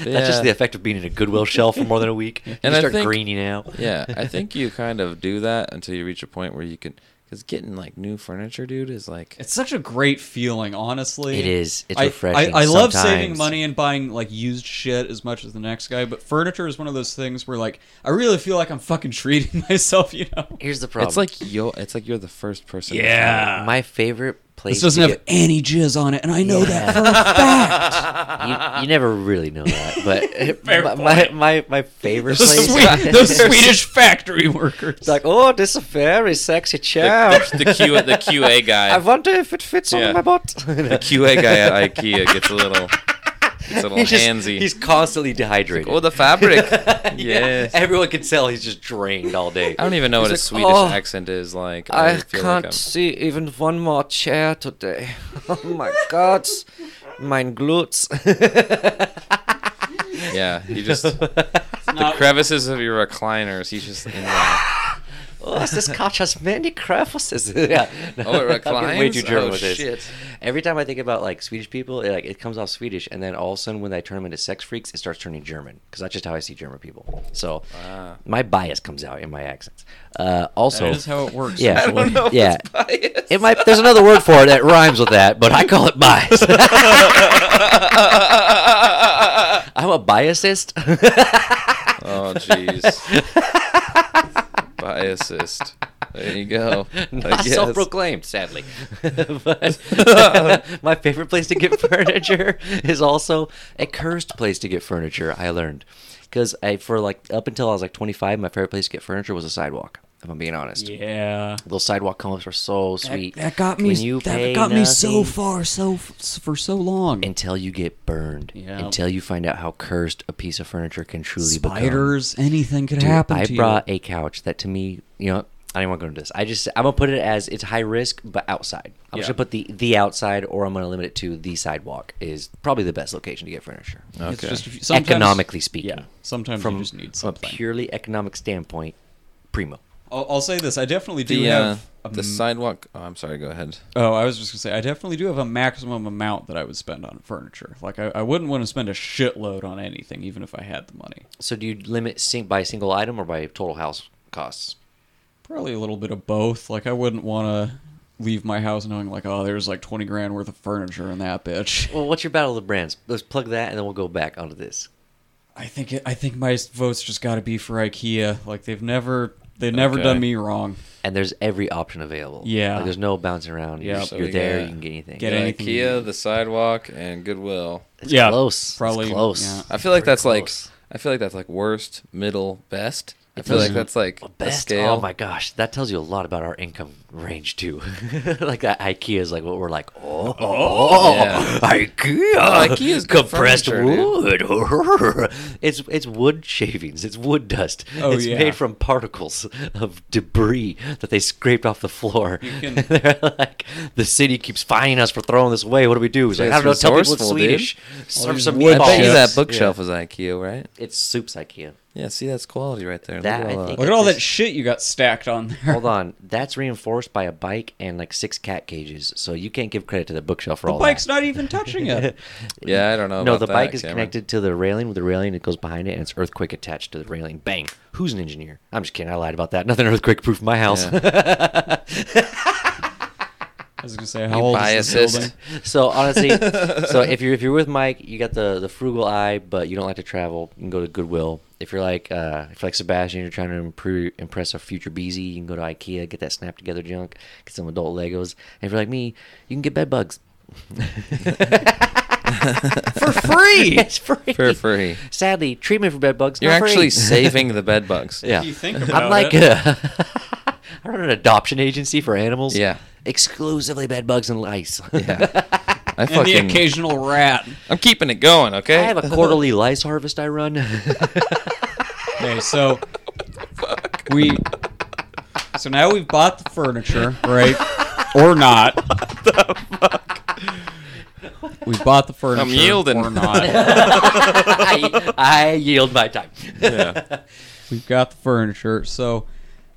[SPEAKER 5] Yeah.
[SPEAKER 1] just the effect of being in a Goodwill shelf for more than a week. You
[SPEAKER 5] <laughs> And I
[SPEAKER 1] start
[SPEAKER 5] think-
[SPEAKER 1] greeny now.
[SPEAKER 5] <laughs> yeah, I think you kind of do that until you reach a point where you can, because getting like new furniture, dude, is like
[SPEAKER 4] It's such a great feeling, honestly.
[SPEAKER 1] It is. It's
[SPEAKER 4] I,
[SPEAKER 1] refreshing
[SPEAKER 4] I, I love saving
[SPEAKER 1] sometimes.
[SPEAKER 4] money and buying like used shit as much as the next guy, but furniture is one of those things where like I really feel like I'm fucking treating <laughs> myself, you know.
[SPEAKER 1] <laughs> Here's the problem.
[SPEAKER 5] it's like yo, it's like you're the first person. to try
[SPEAKER 4] Yeah.
[SPEAKER 1] my favorite place.
[SPEAKER 4] This doesn't
[SPEAKER 1] to
[SPEAKER 4] have any jizz on it, and I know that. for-
[SPEAKER 1] <laughs> You, you never really know that,
[SPEAKER 5] <laughs>
[SPEAKER 1] but my, my my my favorite place.
[SPEAKER 4] Swe-
[SPEAKER 1] <laughs>
[SPEAKER 4] those Swedish factory workers.
[SPEAKER 1] It's like, oh, this is a very sexy chair.
[SPEAKER 5] it. <laughs> The Q, the
[SPEAKER 1] <laughs>
[SPEAKER 5] QA guy,
[SPEAKER 1] I wonder if it fits
[SPEAKER 5] Yeah.
[SPEAKER 1] on my butt.
[SPEAKER 5] the QA guy at IKEA gets a
[SPEAKER 1] <laughs>
[SPEAKER 5] little, gets a little
[SPEAKER 1] he's, just-
[SPEAKER 5] handsy.
[SPEAKER 1] he's constantly dehydrated.
[SPEAKER 5] oh, the
[SPEAKER 1] <laughs>
[SPEAKER 5] fabric.
[SPEAKER 1] yeah,
[SPEAKER 5] yes.
[SPEAKER 1] everyone can tell he's just drained all day.
[SPEAKER 5] I don't even know what
[SPEAKER 1] He's
[SPEAKER 5] his
[SPEAKER 1] like,
[SPEAKER 5] Swedish
[SPEAKER 1] "Oh,
[SPEAKER 5] accent is like.
[SPEAKER 1] I
[SPEAKER 5] feel
[SPEAKER 1] can't
[SPEAKER 5] Like I'm-
[SPEAKER 1] see even one more chair today. <laughs> Oh my god, mein glutes.
[SPEAKER 5] <laughs> yeah,
[SPEAKER 1] <laughs>
[SPEAKER 5] he just the crevices of your recliners. He's just
[SPEAKER 1] <laughs>
[SPEAKER 5] in there.
[SPEAKER 1] oh, this couch has many crevices. <laughs> yeah.
[SPEAKER 5] Oh, it
[SPEAKER 1] I'm getting Way
[SPEAKER 5] reclines?
[SPEAKER 1] too German
[SPEAKER 5] Oh,
[SPEAKER 1] with this.
[SPEAKER 5] shit.
[SPEAKER 1] Every time I think about like Swedish people, it, like it comes off Swedish, and then all of a sudden when I turn them into sex freaks, it starts turning German because that's just how I see German people. So my bias comes out in my accents. Uh, also,
[SPEAKER 4] That is how it works.
[SPEAKER 5] <laughs>
[SPEAKER 1] yeah,
[SPEAKER 4] usually.
[SPEAKER 1] yeah. It might. There's another word for it that rhymes with
[SPEAKER 5] <laughs>
[SPEAKER 1] that, but I call it bias. <laughs> I'm a
[SPEAKER 4] <laughs>
[SPEAKER 1] biasist.
[SPEAKER 5] Oh
[SPEAKER 1] <laughs>
[SPEAKER 5] jeez. Biasist. There you
[SPEAKER 1] <laughs>
[SPEAKER 5] go.
[SPEAKER 1] Not
[SPEAKER 5] guess.
[SPEAKER 1] self-proclaimed, sadly. <laughs> but <laughs> my favorite place to get furniture is also a cursed place to get furniture. I learned because I for like up until I was like 25, my favorite place to get furniture was a sidewalk. If I'm being honest,
[SPEAKER 4] Yeah.
[SPEAKER 1] those sidewalk come-ups are so sweet.
[SPEAKER 4] That got me.
[SPEAKER 1] When you pay
[SPEAKER 4] that got me so
[SPEAKER 1] nothing
[SPEAKER 4] far, so f- for so long.
[SPEAKER 1] until you get burned.
[SPEAKER 4] Yeah.
[SPEAKER 1] Until you find out how cursed a piece of furniture can truly become.
[SPEAKER 4] Spiders, anything could
[SPEAKER 1] Dude,
[SPEAKER 4] happen.
[SPEAKER 1] I
[SPEAKER 4] to
[SPEAKER 1] brought a couch that to me, you know, I don't want to go into this. I just I'm gonna put it as it's high risk, but outside. I'm just
[SPEAKER 4] Yeah.
[SPEAKER 1] gonna put the the outside, or I'm gonna limit it to the sidewalk is probably the best location to get furniture.
[SPEAKER 4] You. It's just if you- sometimes-
[SPEAKER 1] Economically speaking,
[SPEAKER 4] Yeah. Sometimes
[SPEAKER 1] from
[SPEAKER 4] you just need
[SPEAKER 1] from a
[SPEAKER 4] something.
[SPEAKER 1] purely economic standpoint, primo.
[SPEAKER 4] I'll, I'll say this: I definitely do
[SPEAKER 5] the uh,
[SPEAKER 4] have um, a
[SPEAKER 5] the
[SPEAKER 4] m-
[SPEAKER 5] sidewalk. Oh, I'm sorry. Go ahead.
[SPEAKER 4] Oh, I was just gonna say, I definitely do have a maximum amount that I would spend on furniture. Like, I, I wouldn't want to spend a shitload on anything, even if I had the money.
[SPEAKER 1] So do you limit sing- by single item or by total house costs?
[SPEAKER 4] Probably a little bit of both. Like, I wouldn't want to leave my house knowing, like, oh, there's like twenty grand worth of furniture in that bitch.
[SPEAKER 1] Well, what's your battle of the brands? Let's plug that, and then we'll go back onto this.
[SPEAKER 4] I think it, I think my votes just got to be for IKEA. Like, they've never they've never
[SPEAKER 5] Okay.
[SPEAKER 4] done me wrong.
[SPEAKER 1] And there's every option available.
[SPEAKER 4] Yeah.
[SPEAKER 1] like, there's no bouncing around. You're,
[SPEAKER 4] Yeah.
[SPEAKER 1] just-
[SPEAKER 5] So
[SPEAKER 1] you're
[SPEAKER 5] we
[SPEAKER 1] there.
[SPEAKER 5] got-
[SPEAKER 1] You can get anything.
[SPEAKER 4] Get
[SPEAKER 5] Yeah,
[SPEAKER 4] anything you
[SPEAKER 5] IKEA,
[SPEAKER 4] need.
[SPEAKER 5] the sidewalk, and Goodwill.
[SPEAKER 1] It's
[SPEAKER 4] Yeah,
[SPEAKER 1] close.
[SPEAKER 4] probably,
[SPEAKER 1] it's close.
[SPEAKER 4] yeah.
[SPEAKER 5] I feel like
[SPEAKER 1] Pretty
[SPEAKER 5] that's
[SPEAKER 1] close.
[SPEAKER 5] like I feel like that's like worst, middle, best. I
[SPEAKER 1] It
[SPEAKER 5] feel like
[SPEAKER 1] doesn't-
[SPEAKER 5] that's like
[SPEAKER 1] Well,
[SPEAKER 5] best
[SPEAKER 1] best.
[SPEAKER 5] scale.
[SPEAKER 1] Oh my gosh, that tells you a lot about our income range too. <laughs> like that IKEA is like what we're like. Oh, <laughs>
[SPEAKER 5] yeah.
[SPEAKER 1] IKEA.
[SPEAKER 5] IKEA's good
[SPEAKER 1] compressed
[SPEAKER 5] furniture,
[SPEAKER 1] wood. <laughs> it's it's wood shavings. It's wood dust.
[SPEAKER 4] Oh,
[SPEAKER 1] it's
[SPEAKER 4] yeah.
[SPEAKER 1] made from particles of debris that they scraped off the floor.
[SPEAKER 4] can-
[SPEAKER 1] <laughs> They're like, the city keeps fining us for throwing this away. What do we do? It's like,
[SPEAKER 5] It's
[SPEAKER 1] I don't know. Tell people it's
[SPEAKER 5] resourceful, dude.
[SPEAKER 1] Swedish. Serve
[SPEAKER 4] these
[SPEAKER 1] some
[SPEAKER 4] wood
[SPEAKER 5] I bet you
[SPEAKER 1] meatballs.
[SPEAKER 5] that
[SPEAKER 4] Yeah.
[SPEAKER 5] bookshelf is IKEA, right?
[SPEAKER 1] It's soups IKEA.
[SPEAKER 5] Yeah, see that's quality right there. Look
[SPEAKER 1] That,
[SPEAKER 5] at
[SPEAKER 1] I
[SPEAKER 5] all
[SPEAKER 1] think-
[SPEAKER 4] Look at all that shit you got stacked on <laughs> there.
[SPEAKER 1] Hold on, that's reinforced by a bike and like six cat cages, so you can't give credit to the bookshelf for
[SPEAKER 4] The
[SPEAKER 1] all
[SPEAKER 4] bike's
[SPEAKER 1] that.
[SPEAKER 4] not even touching
[SPEAKER 1] <laughs>
[SPEAKER 4] it.
[SPEAKER 5] Yeah, I don't know.
[SPEAKER 1] no,
[SPEAKER 5] about
[SPEAKER 1] the
[SPEAKER 5] that,
[SPEAKER 1] bike is
[SPEAKER 5] Cameron.
[SPEAKER 1] connected to the railing. With the railing, it goes behind it, and it's earthquake attached to the railing. Bang! Who's an engineer? I'm just kidding. I lied about that. Nothing earthquake proof my house. <laughs>
[SPEAKER 4] I was gonna say, how
[SPEAKER 5] You
[SPEAKER 4] old is this
[SPEAKER 5] biasist.
[SPEAKER 1] <laughs>
[SPEAKER 4] building?
[SPEAKER 1] so honestly,
[SPEAKER 5] <laughs>
[SPEAKER 1] so if you're if you're with Mike, you got the the frugal eye, but you don't like to travel. You can go to Goodwill. If you're like uh, if you're like Sebastian, you're trying to improve, impress a future BZ, you can go to IKEA, get that snap together junk, get some adult Legos. And if you're like me, you can get bed
[SPEAKER 5] <laughs>
[SPEAKER 1] bugs.
[SPEAKER 4] For
[SPEAKER 1] <laughs>
[SPEAKER 4] free!
[SPEAKER 1] it's free.
[SPEAKER 5] For free.
[SPEAKER 1] Sadly, treatment for bed bugs.
[SPEAKER 5] You're
[SPEAKER 1] not free. <laughs>
[SPEAKER 5] actually saving the bed bugs.
[SPEAKER 1] yeah.
[SPEAKER 4] If you think
[SPEAKER 1] I'm
[SPEAKER 4] about
[SPEAKER 1] like
[SPEAKER 4] it.
[SPEAKER 1] uh, <laughs> I run an adoption agency for animals.
[SPEAKER 5] Yeah.
[SPEAKER 1] Exclusively bed bugs and lice. <laughs>
[SPEAKER 5] Yeah. I
[SPEAKER 4] and the
[SPEAKER 5] fucking
[SPEAKER 4] occasional rat.
[SPEAKER 5] I'm keeping it going,
[SPEAKER 1] I
[SPEAKER 5] okay?
[SPEAKER 1] have
[SPEAKER 5] <laughs>
[SPEAKER 1] a quarterly lice harvest I run. <laughs>
[SPEAKER 4] Okay, so we so now we've bought the furniture, right?
[SPEAKER 1] <laughs>
[SPEAKER 4] or not? We bought the furniture.
[SPEAKER 5] yielding.
[SPEAKER 1] <laughs>
[SPEAKER 4] Or not?
[SPEAKER 1] I, I yield my time.
[SPEAKER 5] yeah.
[SPEAKER 4] We've got the furniture. So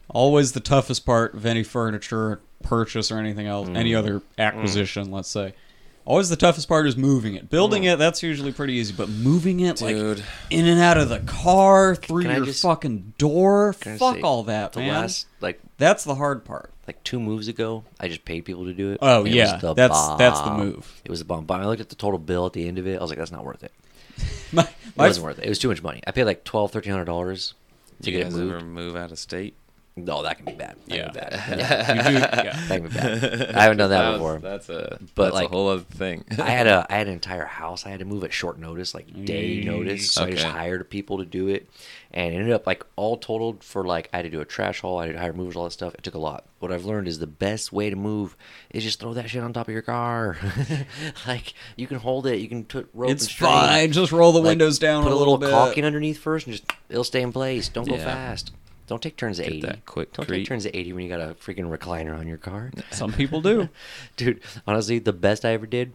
[SPEAKER 4] always the toughest part of any furniture purchase or anything else,
[SPEAKER 1] Mm.
[SPEAKER 4] any other acquisition, let's say. Always the toughest part is moving it. Building
[SPEAKER 1] Mm.
[SPEAKER 4] it, that's usually pretty easy, but moving it, like
[SPEAKER 5] Dude.
[SPEAKER 4] in and out of the car, through
[SPEAKER 1] Can I
[SPEAKER 4] your
[SPEAKER 1] just-
[SPEAKER 4] fucking door,
[SPEAKER 1] Can I
[SPEAKER 4] fuck
[SPEAKER 1] say,
[SPEAKER 4] all
[SPEAKER 1] <laughs>
[SPEAKER 4] that,
[SPEAKER 1] the
[SPEAKER 4] man.
[SPEAKER 1] last like
[SPEAKER 4] That's the hard part. <laughs>
[SPEAKER 1] like two moves ago, I just paid people to do it.
[SPEAKER 4] Oh,
[SPEAKER 1] and it
[SPEAKER 4] yeah.
[SPEAKER 1] was the
[SPEAKER 4] That's- that's the
[SPEAKER 1] bomb.
[SPEAKER 4] move.
[SPEAKER 1] It was a bomb. But I looked at the total bill at the end of it. I was like, that's not worth it.
[SPEAKER 4] My,
[SPEAKER 1] It
[SPEAKER 4] my,
[SPEAKER 1] wasn't worth it. It was too much money. I paid like twelve, thirteen hundred dollars to
[SPEAKER 5] You
[SPEAKER 1] get it
[SPEAKER 5] guys ever
[SPEAKER 1] moved.
[SPEAKER 5] move out of state?
[SPEAKER 1] No, that can be bad. That
[SPEAKER 4] yeah.
[SPEAKER 1] can be
[SPEAKER 5] <laughs>
[SPEAKER 1] bad. <laughs>
[SPEAKER 4] You do- yeah.
[SPEAKER 1] That can be bad. I haven't done that,
[SPEAKER 5] That was-
[SPEAKER 1] before.
[SPEAKER 5] that's a
[SPEAKER 1] But,
[SPEAKER 5] that's
[SPEAKER 1] like-
[SPEAKER 5] a whole other thing.
[SPEAKER 1] I had a I had an entire house. I had to move at short notice, like day notice. So I just
[SPEAKER 5] Okay.
[SPEAKER 1] hired people to do it, and it ended up like all totaled for like I had to do a trash haul, I had to hire movers, all that stuff. It took a lot. What I've learned is the best way to move is just throw that shit on top of your car. <laughs> like you can hold it, you can put rope.
[SPEAKER 4] It's
[SPEAKER 1] and string.
[SPEAKER 4] fine. Just roll the
[SPEAKER 1] Like,
[SPEAKER 4] windows down
[SPEAKER 1] Put
[SPEAKER 4] a
[SPEAKER 1] a little,
[SPEAKER 4] bit.
[SPEAKER 1] caulking underneath first, and just it'll stay in place. Don't go
[SPEAKER 5] Yeah.
[SPEAKER 1] fast. Don't take turns at eighty.
[SPEAKER 5] that quick
[SPEAKER 1] Don't
[SPEAKER 5] creep.
[SPEAKER 1] take turns at eighty when you got a freaking recliner on your car.
[SPEAKER 4] Some people
[SPEAKER 1] <laughs>
[SPEAKER 4] do.
[SPEAKER 1] Dude, honestly, the best I ever did,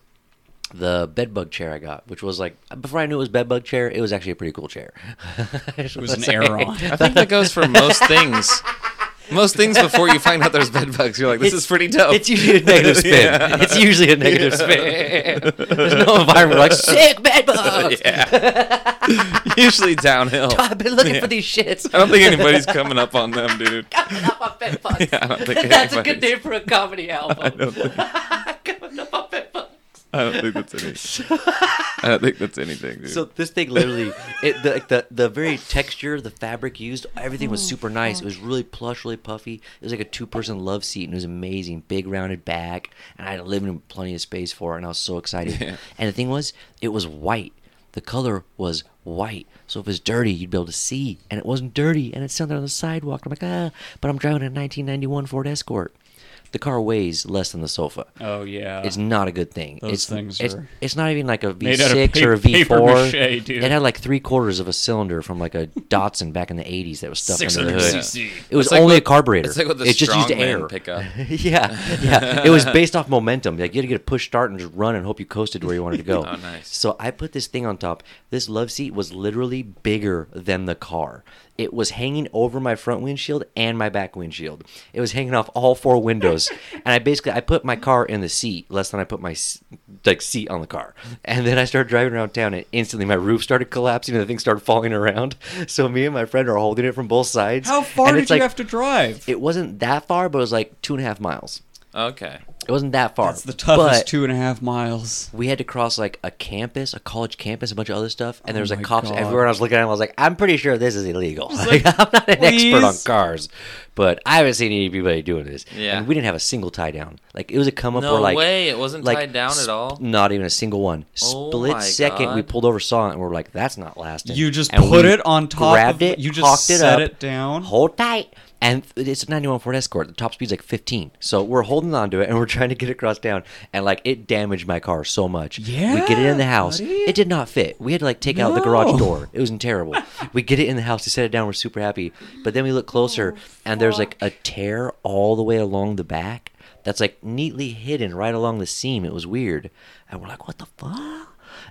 [SPEAKER 1] the bedbug chair I got, which was like before I knew it was bedbug chair, it was actually a pretty cool chair. <laughs> it
[SPEAKER 4] was an
[SPEAKER 1] <laughs>
[SPEAKER 4] error on.
[SPEAKER 5] <laughs> I think that goes for most things. Most things before you find out there's bed bugs, you're like, this is pretty dope.
[SPEAKER 1] It's usually a negative spin.
[SPEAKER 5] <laughs> Yeah.
[SPEAKER 1] It's usually a negative
[SPEAKER 5] <laughs>
[SPEAKER 1] spin. There's no environment like sick bedbugs.
[SPEAKER 5] yeah.
[SPEAKER 1] <laughs>
[SPEAKER 5] Usually downhill. I
[SPEAKER 1] I've been looking for these shits.
[SPEAKER 5] don't
[SPEAKER 1] <laughs>
[SPEAKER 5] think anybody's coming up on them, dude.
[SPEAKER 1] Coming up on bedbugs.
[SPEAKER 5] <laughs> Yeah, I don't think
[SPEAKER 1] That's a
[SPEAKER 5] anybody's-
[SPEAKER 1] good name for a
[SPEAKER 5] <laughs>
[SPEAKER 1] comedy album.
[SPEAKER 5] don't think-
[SPEAKER 1] <laughs> Coming up on bedbugs.
[SPEAKER 5] I don't think that's anything. I don't think that's anything, dude.
[SPEAKER 1] So this thing literally, it, the, like the the very texture, the fabric used, everything was super nice. It was really plush, really puffy. It was like a two person love seat, and it was amazing. Big rounded back, and I had a living room, plenty of space for it, and I was so excited.
[SPEAKER 5] Yeah.
[SPEAKER 1] And the thing was, it was white. The the color was white. So if it was dirty, you'd be able to see. And it wasn't dirty, and it's down there on the sidewalk. I'm like, ah, but I'm driving a 1991 Ford Escort. The car weighs less than the sofa.
[SPEAKER 4] Oh yeah.
[SPEAKER 1] It's not a good thing.
[SPEAKER 4] Those
[SPEAKER 1] it's,
[SPEAKER 4] things
[SPEAKER 1] it's,
[SPEAKER 4] are
[SPEAKER 1] it's not even like a
[SPEAKER 4] made out of
[SPEAKER 1] V6 or a
[SPEAKER 4] pa- paper
[SPEAKER 1] V4.
[SPEAKER 4] mache, dude.
[SPEAKER 1] It had like three quarters of a cylinder from like a Datsun back in the 80s that was stuffed under the hood.
[SPEAKER 4] 600cc.
[SPEAKER 1] It was
[SPEAKER 5] It's like
[SPEAKER 1] only
[SPEAKER 5] what-
[SPEAKER 1] a carburetor.
[SPEAKER 5] It's like what the
[SPEAKER 1] it just used air.
[SPEAKER 5] strongman
[SPEAKER 1] <laughs>
[SPEAKER 5] pickup.
[SPEAKER 1] yeah, yeah. It was based off momentum. Like you had to get a push start and just run and hope you coasted where you wanted to
[SPEAKER 4] <laughs>
[SPEAKER 1] go.
[SPEAKER 5] Oh, nice.
[SPEAKER 1] So I put this thing on top. This love seat was literally bigger than the car. It was hanging over my front windshield and my back windshield. It was hanging off all four
[SPEAKER 4] <laughs>
[SPEAKER 1] windows. and I basically I put my car in the seat less than I put my s- like seat on the car. And then I started driving around town and instantly my roof started collapsing and the thing started falling around. <laughs> So me and my friend are holding it from both sides.
[SPEAKER 4] How far
[SPEAKER 1] And
[SPEAKER 4] did
[SPEAKER 1] it's
[SPEAKER 4] you
[SPEAKER 1] like-
[SPEAKER 4] have to drive?
[SPEAKER 1] it wasn't that far, but it was like two and a half miles.
[SPEAKER 5] Okay.
[SPEAKER 1] It wasn't that far.
[SPEAKER 4] It's the toughest
[SPEAKER 1] but
[SPEAKER 4] two and a half miles.
[SPEAKER 1] We had to cross like a campus, a college campus, a bunch of other stuff, and there was
[SPEAKER 4] Oh my
[SPEAKER 1] like cops
[SPEAKER 4] God.
[SPEAKER 1] everywhere. And I was looking at them, I was like, I'm pretty sure this is illegal. <laughs> Like, I'm not an expert on
[SPEAKER 4] "Please."
[SPEAKER 1] cars, but I haven't seen anybody doing this.
[SPEAKER 5] Yeah.
[SPEAKER 1] And we didn't have a single tie down. Like it was a come up
[SPEAKER 5] No
[SPEAKER 1] where like
[SPEAKER 5] way, it wasn't
[SPEAKER 1] like,
[SPEAKER 5] tied down at
[SPEAKER 1] sp-
[SPEAKER 5] all?
[SPEAKER 1] Not even a single one.
[SPEAKER 5] Oh
[SPEAKER 1] Split
[SPEAKER 5] my
[SPEAKER 1] second, we
[SPEAKER 5] God.
[SPEAKER 1] pulled over, saw it, and we are like, that's not lasting.
[SPEAKER 4] You just
[SPEAKER 1] And
[SPEAKER 4] put
[SPEAKER 1] we
[SPEAKER 4] it on top
[SPEAKER 1] Grabbed
[SPEAKER 4] of-
[SPEAKER 1] it.
[SPEAKER 4] you just
[SPEAKER 1] cocked it up,
[SPEAKER 4] set it down.
[SPEAKER 1] Hold tight. And it's a 91 Ford Escort. The top speed's like 15. So we're holding on to it and we're <laughs> trying to get it across town. And like it damaged my car so much. We get it in the
[SPEAKER 4] Yeah,
[SPEAKER 1] house.
[SPEAKER 4] buddy.
[SPEAKER 1] It did not fit. We had to like take out the garage
[SPEAKER 4] No.
[SPEAKER 1] door. It was terrible. we get it in the house. We set it down. We're super happy. But then we look closer and there's like a tear all the way along the back that's like neatly hidden right along the seam. It was weird. And we're like, what the fuck?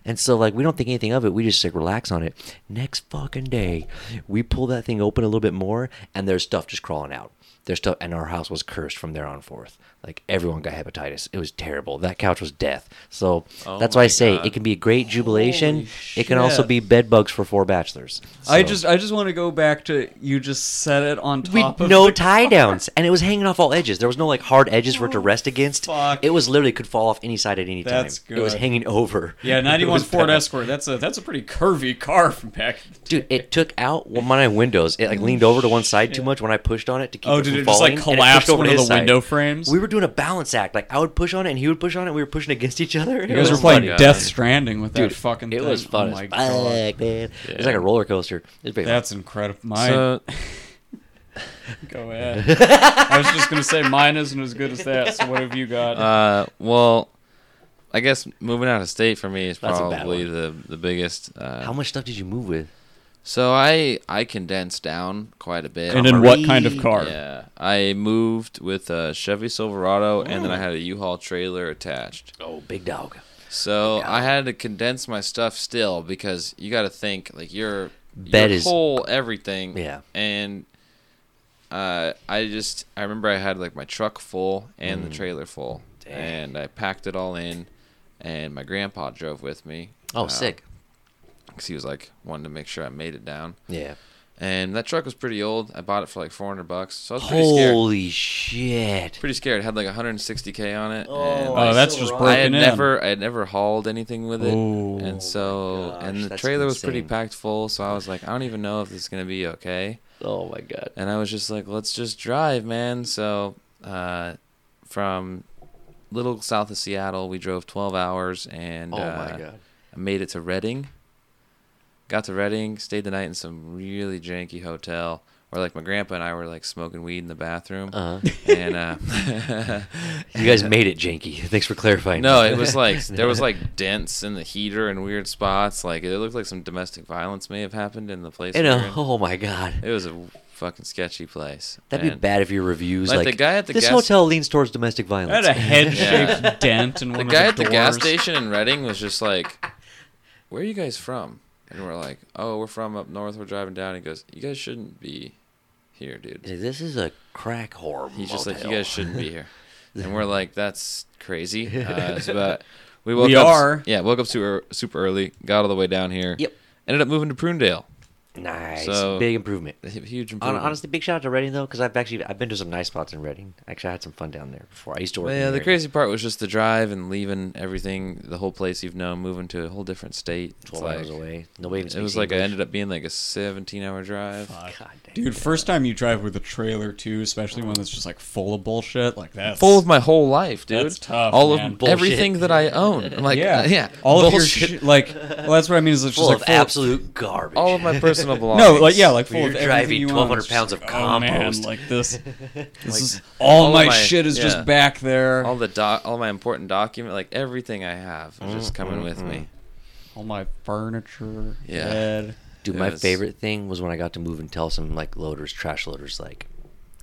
[SPEAKER 1] And so, like, we don't think anything of it. We just like relax on it. Next fucking day, we pull that thing open a little bit more, and there's stuff just crawling out. There's stuff, and our house was cursed from there on forth. Like everyone got hepatitis. It was terrible. That couch was death. So that's why I say it can be a great jubilation. it can also
[SPEAKER 4] shit.
[SPEAKER 1] be bed bugs for four bachelors.
[SPEAKER 4] I
[SPEAKER 1] So-
[SPEAKER 4] just I just want to go back to you just set it on
[SPEAKER 1] we
[SPEAKER 4] top of
[SPEAKER 1] no
[SPEAKER 4] the
[SPEAKER 1] tie downs, and it was hanging off all edges. There was no like hard edges for it to rest against.
[SPEAKER 4] Oh, fuck.
[SPEAKER 1] It was literally could fall off any side at any
[SPEAKER 4] That's
[SPEAKER 1] time. It was
[SPEAKER 4] good.
[SPEAKER 1] hanging over. <laughs>
[SPEAKER 4] Yeah,
[SPEAKER 1] It
[SPEAKER 4] 91
[SPEAKER 1] was
[SPEAKER 4] Ford
[SPEAKER 1] bad.
[SPEAKER 4] Escort. That's a that's a pretty curvy car from back.
[SPEAKER 1] Dude, it took out one of my windows. It like leaned over to one side too much when I pushed on it to keep
[SPEAKER 4] Oh,
[SPEAKER 1] it
[SPEAKER 4] did
[SPEAKER 1] from
[SPEAKER 4] it just, like,
[SPEAKER 1] falling, and it
[SPEAKER 4] collapse
[SPEAKER 1] pushed over
[SPEAKER 4] one
[SPEAKER 1] to
[SPEAKER 4] of
[SPEAKER 1] his
[SPEAKER 4] the
[SPEAKER 1] side.
[SPEAKER 4] window frames?
[SPEAKER 1] We were doing a balance act. Like I would push on it and he would push on it. and We were pushing against each other.
[SPEAKER 4] You guys were playing Death Stranding with that fucking
[SPEAKER 1] It
[SPEAKER 4] thing.
[SPEAKER 1] was fun
[SPEAKER 4] Oh
[SPEAKER 1] as
[SPEAKER 4] my
[SPEAKER 1] fuck,
[SPEAKER 4] god.
[SPEAKER 1] man. It was like a roller coaster. It was pretty fun.
[SPEAKER 4] That's incredible. Mine
[SPEAKER 5] So,
[SPEAKER 1] <laughs>
[SPEAKER 4] go ahead. I was just gonna say mine isn't as good as that, so what have you got?
[SPEAKER 5] uh, well, I guess moving out of state for me is
[SPEAKER 1] That's a bad
[SPEAKER 5] probably the the biggest. Uh,
[SPEAKER 1] How much stuff did you move with?
[SPEAKER 5] so I I condensed down quite a bit.
[SPEAKER 4] and in what kind of car?
[SPEAKER 5] Yeah, I moved with a Chevy Silverado, and then I had a U-Haul trailer attached.
[SPEAKER 1] Oh, big dog.
[SPEAKER 5] So I had to condense my stuff still because you got to think like your
[SPEAKER 1] Bed
[SPEAKER 5] your
[SPEAKER 1] is-
[SPEAKER 5] whole everything.
[SPEAKER 1] Yeah.
[SPEAKER 5] and uh, I just I remember I had like my truck full and
[SPEAKER 1] Mm.
[SPEAKER 5] the trailer full, and I packed it all in, and my grandpa drove with me.
[SPEAKER 1] Oh, sick.
[SPEAKER 5] Because he was like wanted to make sure I made it down,
[SPEAKER 1] Yeah.
[SPEAKER 5] and that truck was pretty old. I bought it for like four hundred bucks, so I was pretty scared.
[SPEAKER 1] Holy shit.
[SPEAKER 5] Pretty scared. It had like 160k on it. and
[SPEAKER 4] Oh, that's just
[SPEAKER 5] I
[SPEAKER 4] broken
[SPEAKER 5] had
[SPEAKER 4] in.
[SPEAKER 5] never, I had never hauled anything with it,
[SPEAKER 4] Oh my
[SPEAKER 5] and so,
[SPEAKER 1] gosh,
[SPEAKER 5] and the
[SPEAKER 1] that's
[SPEAKER 5] trailer was pretty
[SPEAKER 1] insane.
[SPEAKER 5] packed full. So I was like, I don't even know if this is gonna be okay.
[SPEAKER 1] Oh my god.
[SPEAKER 5] And I was just like, let's just drive, man. So, uh, from little south of Seattle, we drove 12 hours, and
[SPEAKER 1] Oh
[SPEAKER 5] uh,
[SPEAKER 1] my god.
[SPEAKER 5] I made it to Reading. Got to Reading, stayed the night in some really janky hotel. Where like my grandpa and I were like smoking weed in the bathroom,
[SPEAKER 1] Uh-huh.
[SPEAKER 5] <laughs> and uh,
[SPEAKER 1] <laughs>
[SPEAKER 5] <laughs>
[SPEAKER 1] You guys made it, Janky. Thanks for clarifying.
[SPEAKER 4] <laughs>
[SPEAKER 5] No, it
[SPEAKER 1] <laughs>
[SPEAKER 5] was like there was like dents in the heater and weird spots. Like it looked like some domestic violence may have happened in the place.
[SPEAKER 1] You
[SPEAKER 5] we were
[SPEAKER 1] know, oh my god.
[SPEAKER 5] in. it was a fucking sketchy place.
[SPEAKER 1] That'd be
[SPEAKER 5] and
[SPEAKER 1] bad if your reviews like,
[SPEAKER 5] Like, the guy at the
[SPEAKER 1] this
[SPEAKER 5] gas-
[SPEAKER 1] hotel leans towards domestic
[SPEAKER 4] I had
[SPEAKER 1] violence.
[SPEAKER 4] a head shaped
[SPEAKER 5] <laughs> Yeah.
[SPEAKER 4] dent in one
[SPEAKER 5] The
[SPEAKER 4] of
[SPEAKER 5] guy at the gas
[SPEAKER 4] doors.
[SPEAKER 5] station in Reading was just like, "Where are you guys from?" And we're like, "Oh, we're from up north. We're driving down." He goes, "You guys shouldn't be here, dude."
[SPEAKER 1] this is a crack whore.
[SPEAKER 5] He's just like,
[SPEAKER 1] motel.
[SPEAKER 5] "You guys shouldn't be here," and we're like, "That's crazy." Uh, so, but we woke
[SPEAKER 4] We
[SPEAKER 5] up,
[SPEAKER 4] are.
[SPEAKER 5] Yeah, woke up super super early. Got all the way down here.
[SPEAKER 1] Yep.
[SPEAKER 5] Ended up moving to Prunedale.
[SPEAKER 1] <laughs> Nice,
[SPEAKER 5] So-
[SPEAKER 1] big improvement.
[SPEAKER 5] A huge
[SPEAKER 1] Hon-
[SPEAKER 5] improvement.
[SPEAKER 1] Honestly, big shout out to Reading though, because I've actually I've been to some nice spots in Reading. Actually, I had some fun down there before. I used to work.
[SPEAKER 5] Well,
[SPEAKER 1] in
[SPEAKER 5] yeah, the
[SPEAKER 1] Reading.
[SPEAKER 5] crazy part was just the drive and leaving everything, the whole place you've known, moving to a whole different state. It's
[SPEAKER 1] twelve
[SPEAKER 5] like-
[SPEAKER 1] hours away. Nobody even
[SPEAKER 5] It was like I ended up being like a 17 hour drive.
[SPEAKER 1] God damn.
[SPEAKER 4] Dude, first time you drive with a trailer too, especially one that's just like full of bullshit like that.
[SPEAKER 5] Full of my whole life, dude.
[SPEAKER 4] That's tough,
[SPEAKER 5] All
[SPEAKER 4] man.
[SPEAKER 5] of everything
[SPEAKER 1] Bullshit.
[SPEAKER 5] that I own. I'm like,
[SPEAKER 4] yeah,
[SPEAKER 5] yeah, <laughs> yeah.
[SPEAKER 4] All of your
[SPEAKER 5] bullshit.
[SPEAKER 4] shit, like, well, that's what I mean. Is it's
[SPEAKER 1] full
[SPEAKER 4] just like
[SPEAKER 1] of
[SPEAKER 4] full
[SPEAKER 1] absolute garbage.
[SPEAKER 5] all
[SPEAKER 1] <laughs>
[SPEAKER 5] of my personal
[SPEAKER 4] No,
[SPEAKER 5] belongings.
[SPEAKER 4] like yeah, like full
[SPEAKER 1] You're
[SPEAKER 4] of everything
[SPEAKER 1] driving
[SPEAKER 4] you own.
[SPEAKER 1] 1,200
[SPEAKER 4] It's just
[SPEAKER 1] pounds
[SPEAKER 4] like,
[SPEAKER 1] of
[SPEAKER 4] oh, man,
[SPEAKER 1] compost."
[SPEAKER 4] like this, this is all,
[SPEAKER 5] all
[SPEAKER 4] my,
[SPEAKER 5] my-
[SPEAKER 4] shit is
[SPEAKER 5] yeah.
[SPEAKER 4] just back there.
[SPEAKER 5] all the doc, all my important document, like everything I have, is just coming with
[SPEAKER 4] Mm-hmm.
[SPEAKER 5] me.
[SPEAKER 4] All my furniture.
[SPEAKER 5] Yeah.
[SPEAKER 4] bed.
[SPEAKER 1] Dude,
[SPEAKER 5] It
[SPEAKER 1] my
[SPEAKER 5] was-
[SPEAKER 1] favorite thing was when I got to move and tell some like loaders, trash loaders, like,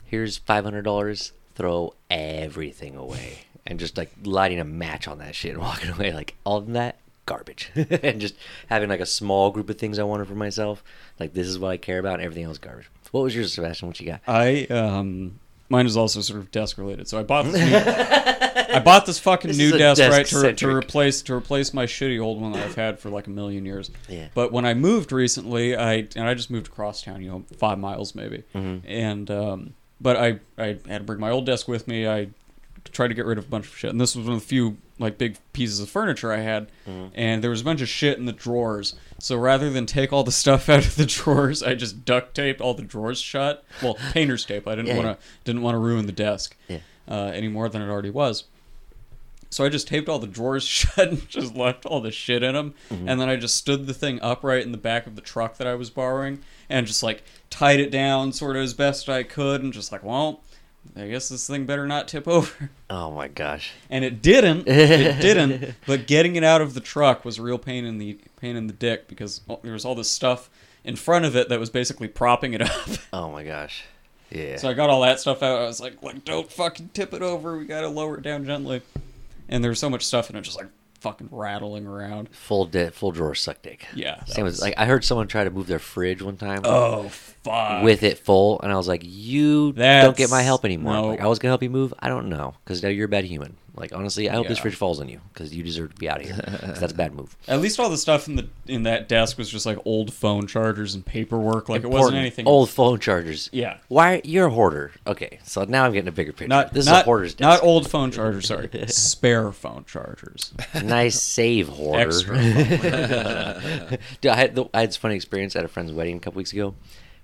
[SPEAKER 1] here's five hundred dollars, throw everything away, and just like lighting a match on that shit and <laughs> walking away, like all of that garbage, <laughs> and just having like a small group of things I wanted for myself, like this is what I care about, and everything else garbage. What was yours, Sebastian? What you got?
[SPEAKER 4] I um, mine is also sort of desk related. So I bought this. New, I bought this fucking
[SPEAKER 1] This
[SPEAKER 4] new
[SPEAKER 1] is a
[SPEAKER 4] desk right to, to
[SPEAKER 1] desk-centric.
[SPEAKER 4] replace to replace my shitty old one that I've had for like a million years.
[SPEAKER 1] Yeah.
[SPEAKER 4] But when I moved recently, I and I just moved across town, you know, five miles maybe, and um, but I I had to bring my old desk with me. I tried to get rid of a bunch of shit, and this was one of the few like big pieces of furniture I had,
[SPEAKER 1] Mm-hmm.
[SPEAKER 4] and there was a bunch of shit in the drawers. So rather than take all the <laughs> stuff out of the drawers, I just duct taped all the drawers shut.
[SPEAKER 1] <laughs>
[SPEAKER 4] Well, painter's tape. I didn't
[SPEAKER 1] Yeah.
[SPEAKER 4] want to didn't want to ruin the desk
[SPEAKER 1] Yeah.
[SPEAKER 4] uh, any more than it already was. So I just taped all the drawers <laughs> shut and just left all the shit in them.
[SPEAKER 1] Mm-hmm.
[SPEAKER 4] And then I just stood the thing upright in the back of the truck that I was borrowing and just like tied it down sort of as best I could and just like, well, I guess this thing better not tip <laughs> over.
[SPEAKER 1] Oh my gosh,
[SPEAKER 4] And it
[SPEAKER 1] <laughs>
[SPEAKER 4] didn't. It didn't. But getting it out of the truck was a real pain in the pain in the dick because there was all this stuff in front of it that was basically propping it up. <laughs>
[SPEAKER 1] oh my gosh, yeah.
[SPEAKER 4] So I got all that stuff out. I was like, like, don't fucking tip it over. We gotta lower it down gently. And there was so much stuff in it, just like fucking rattling around.
[SPEAKER 1] full de- full drawer suck dick.
[SPEAKER 4] Yeah, that
[SPEAKER 1] Same as
[SPEAKER 4] was-
[SPEAKER 1] like I heard someone try to move their fridge one time.
[SPEAKER 4] Oh fuck!
[SPEAKER 1] with it full, and I was like, "You don't get my
[SPEAKER 4] That's-
[SPEAKER 1] help anymore."
[SPEAKER 4] no.
[SPEAKER 1] Like, I was gonna help you move. I don't know because now you're a bad human. Like honestly, I hope this
[SPEAKER 4] Yeah.
[SPEAKER 1] fridge falls on you because you deserve to be out of here. 'Cause that's a bad move.
[SPEAKER 4] At least all the stuff in the in that desk was just like old phone chargers and paperwork. Like it wasn't
[SPEAKER 1] Important.
[SPEAKER 4] anything.
[SPEAKER 1] Old phone chargers.
[SPEAKER 4] Yeah.
[SPEAKER 1] Why you're a hoarder? Okay, so now I'm getting a bigger picture.
[SPEAKER 4] Not
[SPEAKER 1] this
[SPEAKER 4] not,
[SPEAKER 1] is a hoarder's
[SPEAKER 4] Not
[SPEAKER 1] desk.
[SPEAKER 4] old phone
[SPEAKER 1] <laughs>
[SPEAKER 4] chargers. Sorry, spare phone chargers.
[SPEAKER 1] nice save, hoarder.
[SPEAKER 4] Extra. phone.
[SPEAKER 1] Dude, I had, the, I had this funny experience at a friend's wedding a couple weeks ago.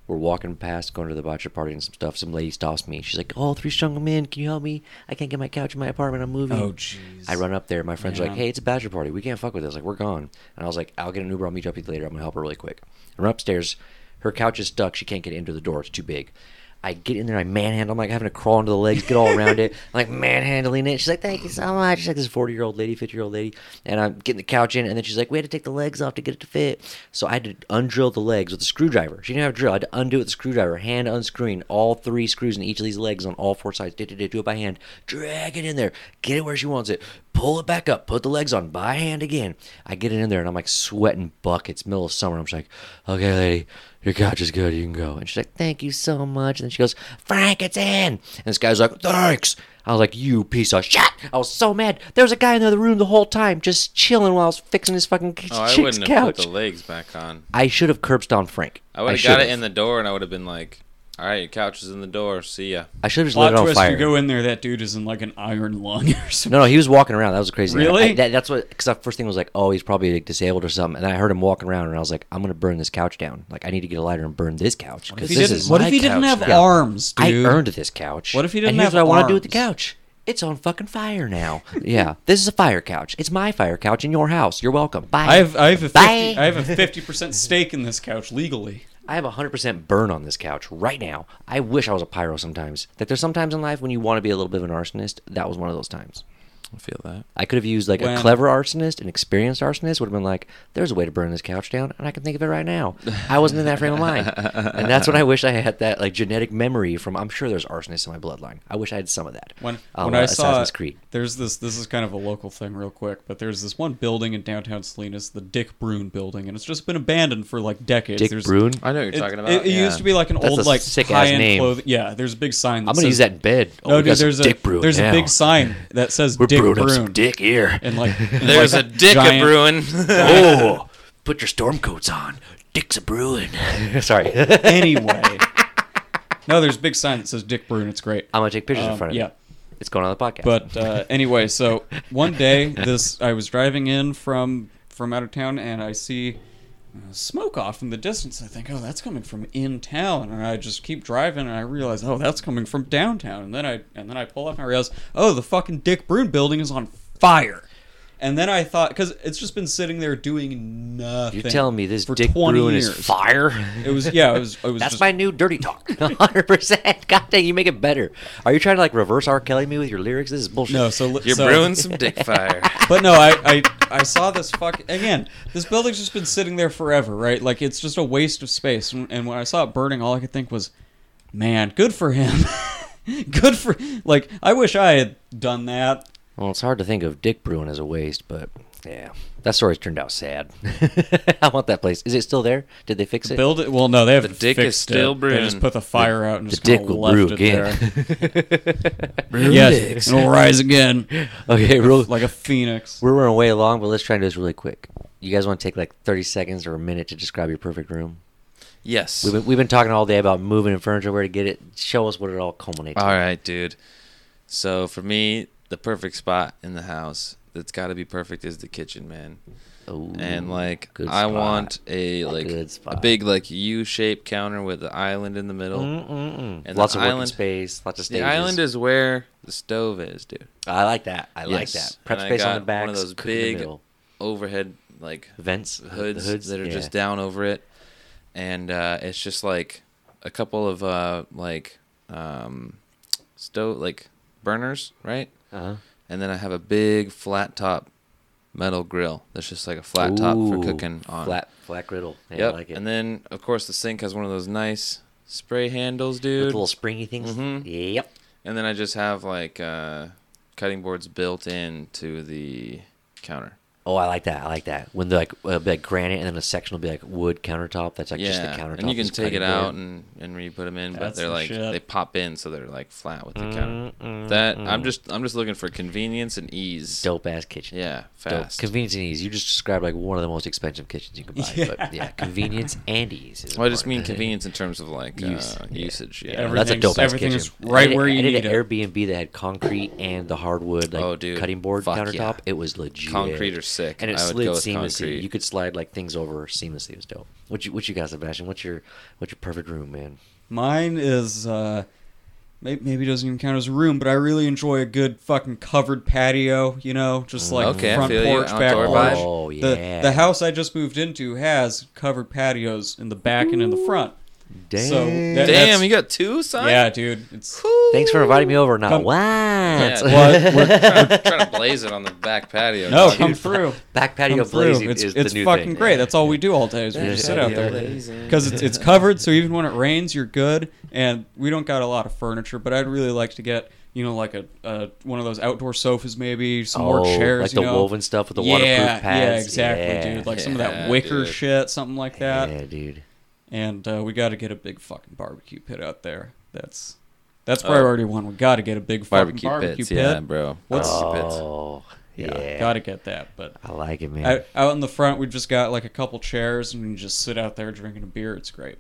[SPEAKER 1] We're walking past, going to the bachelor party and some stuff. Some lady stops me. She's like, "Oh, three strong men, can you help me? I can't get my couch in my apartment. I'm moving."
[SPEAKER 4] Oh, jeez.
[SPEAKER 1] Mm. I run up there. My friends are like,
[SPEAKER 4] Yeah.
[SPEAKER 1] "Hey, it's a bachelor party. We can't fuck with this. Like, we're gone." And I was like, "I'll get an Uber. I'll meet you up later. I'm gonna help her really quick." I run upstairs. Her couch is stuck. She can't get into the door. It's too big. I get in there. I manhandle. I'm like having to crawl into the legs, get all around it, I'm, like manhandling it. She's like, "Thank you so much." She's like this 40 year old lady, 50 year old lady, and I'm getting the couch in. And then she's like, "We had to take the legs off to get it to fit." So I had to undrill the legs with a screwdriver. She didn't have a drill. I had to undo it with a screwdriver, hand unscrewing all three screws in each of these legs on all four sides. Did, did, did, Do it by hand. Drag it in there. Get it where she wants it. Pull it back up. Put the legs on by hand again. I get it in there and I'm like sweating buckets, middle of summer. I'm just like, okay, lady, your couch is good. You can go. And she's like, thank you so much. And then she goes, Frank, it's in. And this guy's like, thanks. I was like, you piece of shit. I was so mad. There was a guy in the other room the whole time just chilling while I was fixing his fucking
[SPEAKER 5] Oh,
[SPEAKER 1] chick's
[SPEAKER 5] I wouldn't have
[SPEAKER 1] couch.
[SPEAKER 5] put the legs back on.
[SPEAKER 1] I should have curb stomped Frank.
[SPEAKER 5] I would have
[SPEAKER 1] should
[SPEAKER 5] got it
[SPEAKER 1] have.
[SPEAKER 5] in the door, and I would have been like, "All right, your couch is in the door. See ya."
[SPEAKER 1] I should have just lit
[SPEAKER 4] Plot
[SPEAKER 1] it on
[SPEAKER 4] twist:
[SPEAKER 1] fire.
[SPEAKER 4] You go in there, that dude is in like an iron lung <laughs> or something.
[SPEAKER 1] No, no, he was walking around. That was crazy.
[SPEAKER 4] Really?
[SPEAKER 1] I- I- that, that's what. Because the first thing was like, oh, he's probably like, disabled or something. And I heard him walking around, and I was like, I'm gonna burn this couch down. Like, I need to get a lighter and burn this couch because
[SPEAKER 4] If he
[SPEAKER 1] this
[SPEAKER 4] didn't-
[SPEAKER 1] is.
[SPEAKER 4] what
[SPEAKER 1] my
[SPEAKER 4] if he didn't
[SPEAKER 1] couch
[SPEAKER 4] have
[SPEAKER 1] now.
[SPEAKER 4] arms,
[SPEAKER 1] I
[SPEAKER 4] dude?
[SPEAKER 1] earned this couch.
[SPEAKER 4] What if he didn't
[SPEAKER 1] and here's
[SPEAKER 4] have
[SPEAKER 1] what I want to do with the
[SPEAKER 4] arms?
[SPEAKER 1] couch. It's on fucking fire now. yeah, this is a fire couch. It's my fire couch in your house. You're welcome. Bye.
[SPEAKER 4] I have uh, I have a 50,
[SPEAKER 1] Bye.
[SPEAKER 4] I have
[SPEAKER 1] <laughs>
[SPEAKER 4] a fifty percent stake in this couch legally.
[SPEAKER 1] I have 100% burn on this couch right now. I wish I was a pyro sometimes. Like there's sometimes in life when you want to be a little bit of an arsonist. That was one of those times.
[SPEAKER 5] I feel that.
[SPEAKER 1] I could have used like
[SPEAKER 4] Well-
[SPEAKER 1] a clever arsonist, an experienced arsonist would have been like, "There's a way to burn this couch down," and I can think of it right now. I wasn't in that frame of mind, and that's when I wish I had that like genetic memory from. I'm sure there's arsonists in my bloodline. I wish I had some of Oh, that.
[SPEAKER 4] When
[SPEAKER 1] A
[SPEAKER 4] when
[SPEAKER 1] la
[SPEAKER 4] I saw
[SPEAKER 1] Assassin's Creed,
[SPEAKER 4] there's this this is kind of a local thing real quick, but there's this one building in downtown Salinas, the Dick Brune building, and it's just been abandoned for like decades.
[SPEAKER 1] Dick
[SPEAKER 4] there's,
[SPEAKER 1] Brune.
[SPEAKER 5] I know what you're
[SPEAKER 4] It,
[SPEAKER 5] talking about.
[SPEAKER 4] it- it used to be like an
[SPEAKER 1] That's
[SPEAKER 4] old
[SPEAKER 1] a
[SPEAKER 4] like
[SPEAKER 1] sick-ass
[SPEAKER 4] high end
[SPEAKER 1] name.
[SPEAKER 4] clothing. Yeah, there's a big sign. That
[SPEAKER 1] I'm gonna use
[SPEAKER 4] says-
[SPEAKER 1] that in bed. Oh,
[SPEAKER 4] No,
[SPEAKER 1] we got
[SPEAKER 4] dude,
[SPEAKER 1] some
[SPEAKER 4] there's a
[SPEAKER 1] Dick Brune
[SPEAKER 4] there's
[SPEAKER 1] now.
[SPEAKER 4] a big sign that says
[SPEAKER 1] We're
[SPEAKER 4] Dick
[SPEAKER 1] brewing up some
[SPEAKER 4] Brune.
[SPEAKER 1] dick here. <laughs>
[SPEAKER 4] <laughs> And like and,
[SPEAKER 5] <laughs> There's
[SPEAKER 4] like,
[SPEAKER 5] a dick
[SPEAKER 4] giant-
[SPEAKER 5] brewing. <laughs>
[SPEAKER 1] oh, put your storm coats on. Dick's a brewing. <laughs> Sorry.
[SPEAKER 4] <laughs> Anyway. no, there's a big sign that says Dick Bruin. It's great.
[SPEAKER 1] I'm gonna take pictures in
[SPEAKER 4] Um,
[SPEAKER 1] front of
[SPEAKER 4] yeah.
[SPEAKER 1] it. It's going on the podcast.
[SPEAKER 4] But uh, anyway, so one day this I was driving in from from out of town and I see uh, smoke off in the distance. I think, oh, that's coming from in town, and I just keep driving and I realize, oh, that's coming from downtown. And then I and then I pull up and I realize, oh, the fucking Dick Brune building is on fire. And then I thought, because it's just been sitting there doing nothing.
[SPEAKER 1] you're telling me this
[SPEAKER 4] for
[SPEAKER 1] Dick
[SPEAKER 4] 20
[SPEAKER 1] Bruin
[SPEAKER 4] years.
[SPEAKER 1] is fire?
[SPEAKER 4] It was yeah, it was. It was
[SPEAKER 1] That's
[SPEAKER 4] just,
[SPEAKER 1] my new dirty talk. <laughs> 100%. God dang, you make it better. Are you trying to like reverse R. Kelly me with your lyrics? This is bullshit.
[SPEAKER 4] no. So li-
[SPEAKER 5] You're
[SPEAKER 4] so, <laughs>
[SPEAKER 5] brewing some dick fire.
[SPEAKER 4] but no, I, I I saw this fuck again. This building's just been sitting there forever, right? Like it's just a waste of space. And, and when I saw it burning, all I could think was, "Man, good for him. <laughs> good for like I wish I had done that."
[SPEAKER 1] Well, it's hard to think of Dick Bruin as a waste, but yeah, that story's turned out sad. <laughs> I want that place. Is it still there? Did they fix it?
[SPEAKER 4] Build it. Well, no, they haven't
[SPEAKER 5] dick is
[SPEAKER 4] fixed
[SPEAKER 5] still
[SPEAKER 4] it. They
[SPEAKER 5] brewing.
[SPEAKER 4] just put the fire out and
[SPEAKER 1] the
[SPEAKER 4] just kinda
[SPEAKER 1] dick will
[SPEAKER 4] left
[SPEAKER 1] brew <laughs>
[SPEAKER 4] it
[SPEAKER 1] again. <laughs>
[SPEAKER 4] There. yes, and it'll rise again
[SPEAKER 1] okay, real,
[SPEAKER 4] like a phoenix.
[SPEAKER 1] we're running way long, but let's try and do this really quick. You guys want to take like 30 seconds or a minute to describe your perfect room?
[SPEAKER 5] Yes.
[SPEAKER 1] We've been, we've been talking all day about moving and furniture, where to get it. Show us what it all culminates.
[SPEAKER 5] All
[SPEAKER 1] in.
[SPEAKER 5] right, dude. So for me, the perfect spot in the house that's got to be perfect is the kitchen, man.
[SPEAKER 1] Ooh,
[SPEAKER 5] and like
[SPEAKER 1] good
[SPEAKER 5] I
[SPEAKER 1] spot.
[SPEAKER 5] want a like
[SPEAKER 1] Good
[SPEAKER 5] a
[SPEAKER 1] spot.
[SPEAKER 5] big like U-shaped counter with the island in the middle.
[SPEAKER 1] Mm-mm-mm.
[SPEAKER 5] and
[SPEAKER 1] lots
[SPEAKER 5] the
[SPEAKER 1] of working
[SPEAKER 5] island-
[SPEAKER 1] space, lots of
[SPEAKER 5] The
[SPEAKER 1] stages.
[SPEAKER 5] island is where the stove is, dude.
[SPEAKER 1] I like that. I like
[SPEAKER 5] Yes.
[SPEAKER 1] that. Prep
[SPEAKER 5] And I
[SPEAKER 1] space on the
[SPEAKER 5] got
[SPEAKER 1] back.
[SPEAKER 5] one of those
[SPEAKER 1] cook in
[SPEAKER 5] big
[SPEAKER 1] the middle.
[SPEAKER 5] Overhead like
[SPEAKER 1] vents, the
[SPEAKER 5] hoods,
[SPEAKER 1] hoods
[SPEAKER 5] that are
[SPEAKER 1] yeah.
[SPEAKER 5] just down over it, and uh, it's just like a couple of uh, like um, stove like burners, right?
[SPEAKER 1] Uh-huh.
[SPEAKER 5] and then I have a big flat top metal grill that's just like a flat top for
[SPEAKER 1] Ooh,
[SPEAKER 5] cooking on.
[SPEAKER 1] Flat, flat griddle. Yeah,
[SPEAKER 5] Yep.
[SPEAKER 1] I like it.
[SPEAKER 5] And then of course the sink has one of those nice spray handles,
[SPEAKER 1] With
[SPEAKER 5] dude.
[SPEAKER 1] little springy things.
[SPEAKER 5] Mhm.
[SPEAKER 1] Yep.
[SPEAKER 5] and then I just have like uh, cutting boards built into the counter.
[SPEAKER 1] Oh, I like that. I like that. When they're like, uh, be like granite, and then a section will be like wood countertop. That's like
[SPEAKER 5] yeah.
[SPEAKER 1] just the countertop.
[SPEAKER 5] and you can
[SPEAKER 1] that's
[SPEAKER 5] take it
[SPEAKER 1] cutting
[SPEAKER 5] out
[SPEAKER 1] board.
[SPEAKER 5] and and re-put them in, but
[SPEAKER 4] That's
[SPEAKER 5] they're
[SPEAKER 4] the
[SPEAKER 5] like
[SPEAKER 4] shit.
[SPEAKER 5] they pop in, so they're like flat with the counter.
[SPEAKER 1] Mm, mm,
[SPEAKER 5] That
[SPEAKER 1] mm.
[SPEAKER 5] I'm just I'm just looking for convenience and ease.
[SPEAKER 1] dope ass kitchen.
[SPEAKER 5] Yeah,
[SPEAKER 1] Dope.
[SPEAKER 5] fast.
[SPEAKER 1] Convenience and ease. You just described like one of the most expensive kitchens you can
[SPEAKER 5] <laughs>
[SPEAKER 1] buy.
[SPEAKER 4] Yeah.
[SPEAKER 1] But yeah, convenience and ease. Is
[SPEAKER 5] Well, I just
[SPEAKER 1] <laughs>
[SPEAKER 5] mean
[SPEAKER 1] important.
[SPEAKER 5] convenience in terms of like
[SPEAKER 1] Use,
[SPEAKER 5] uh,
[SPEAKER 1] yeah.
[SPEAKER 5] usage. Yeah.
[SPEAKER 4] Every-
[SPEAKER 1] That's a
[SPEAKER 4] Everything's-
[SPEAKER 1] dope ass
[SPEAKER 4] everything
[SPEAKER 1] kitchen.
[SPEAKER 4] is right
[SPEAKER 1] I did,
[SPEAKER 4] where you
[SPEAKER 1] I did
[SPEAKER 4] need
[SPEAKER 1] an
[SPEAKER 4] it.
[SPEAKER 1] Airbnb that had concrete and the hardwood like
[SPEAKER 5] Oh, dude.
[SPEAKER 1] cutting board
[SPEAKER 5] Fuck
[SPEAKER 1] countertop.
[SPEAKER 5] yeah.
[SPEAKER 1] It was legit.
[SPEAKER 5] Concrete or sick.
[SPEAKER 1] And it
[SPEAKER 5] I would
[SPEAKER 1] slid
[SPEAKER 5] go with
[SPEAKER 1] seamlessly.
[SPEAKER 5] concrete.
[SPEAKER 1] You could slide like things over seamlessly. It was dope. What you what you got, Sebastian? What's your what's your perfect room, man?
[SPEAKER 4] Mine is uh may- maybe it doesn't even count as a room, but I really enjoy a good fucking covered patio, you know, just like
[SPEAKER 5] Mm, Okay, I
[SPEAKER 4] front
[SPEAKER 5] feel you.
[SPEAKER 4] porch, back
[SPEAKER 5] Outdoor
[SPEAKER 4] porch.
[SPEAKER 5] vibe.
[SPEAKER 1] Oh, yeah.
[SPEAKER 4] The the house I just moved into has covered patios in the back and in the front.
[SPEAKER 1] Damn.
[SPEAKER 4] So that-
[SPEAKER 5] Damn,
[SPEAKER 4] that's-
[SPEAKER 5] you got two, son.
[SPEAKER 4] Yeah, dude. It's
[SPEAKER 1] Thanks for inviting me over. Not
[SPEAKER 4] Come-
[SPEAKER 1] once.
[SPEAKER 4] <laughs>
[SPEAKER 1] <laughs>
[SPEAKER 5] Yeah, we're, we're trying, trying to blaze it on the back patio.
[SPEAKER 4] no,
[SPEAKER 5] dog.
[SPEAKER 4] come through.
[SPEAKER 1] Back patio
[SPEAKER 4] Come through.
[SPEAKER 1] blazing
[SPEAKER 4] It's,
[SPEAKER 1] is
[SPEAKER 4] it's
[SPEAKER 1] the new
[SPEAKER 4] fucking
[SPEAKER 1] thing.
[SPEAKER 4] great. That's all we do all day is we
[SPEAKER 1] Yeah.
[SPEAKER 4] just sit out
[SPEAKER 1] <laughs>
[SPEAKER 4] there.
[SPEAKER 5] Blazing.
[SPEAKER 4] Because it's, it's covered, so even when it rains, you're good. And we don't got a lot of furniture, but I'd really like to get, you know, like a, a one of those outdoor sofas, maybe some more
[SPEAKER 1] Oh,
[SPEAKER 4] chairs.
[SPEAKER 1] like
[SPEAKER 4] you
[SPEAKER 1] the
[SPEAKER 4] know.
[SPEAKER 1] woven stuff with the
[SPEAKER 4] yeah,
[SPEAKER 1] waterproof pads.
[SPEAKER 4] Yeah, exactly,
[SPEAKER 1] Yeah.
[SPEAKER 4] dude. Like some of
[SPEAKER 5] Yeah,
[SPEAKER 4] that wicker
[SPEAKER 5] dude.
[SPEAKER 4] shit, something like that.
[SPEAKER 1] Yeah, dude.
[SPEAKER 4] And uh, we got to get a big fucking barbecue pit out there. That's that's priority one. We got to get a big fucking
[SPEAKER 5] Uh, Barbecue,
[SPEAKER 4] barbecue,
[SPEAKER 5] pits,
[SPEAKER 4] pit.
[SPEAKER 5] yeah, bro.
[SPEAKER 4] What's-
[SPEAKER 5] Barbecue pits.
[SPEAKER 1] Oh, yeah.
[SPEAKER 4] Got to get that, but.
[SPEAKER 1] I like it, man.
[SPEAKER 4] Out, out in the front, we've just got like a couple chairs, and we just sit out there drinking a beer. It's great.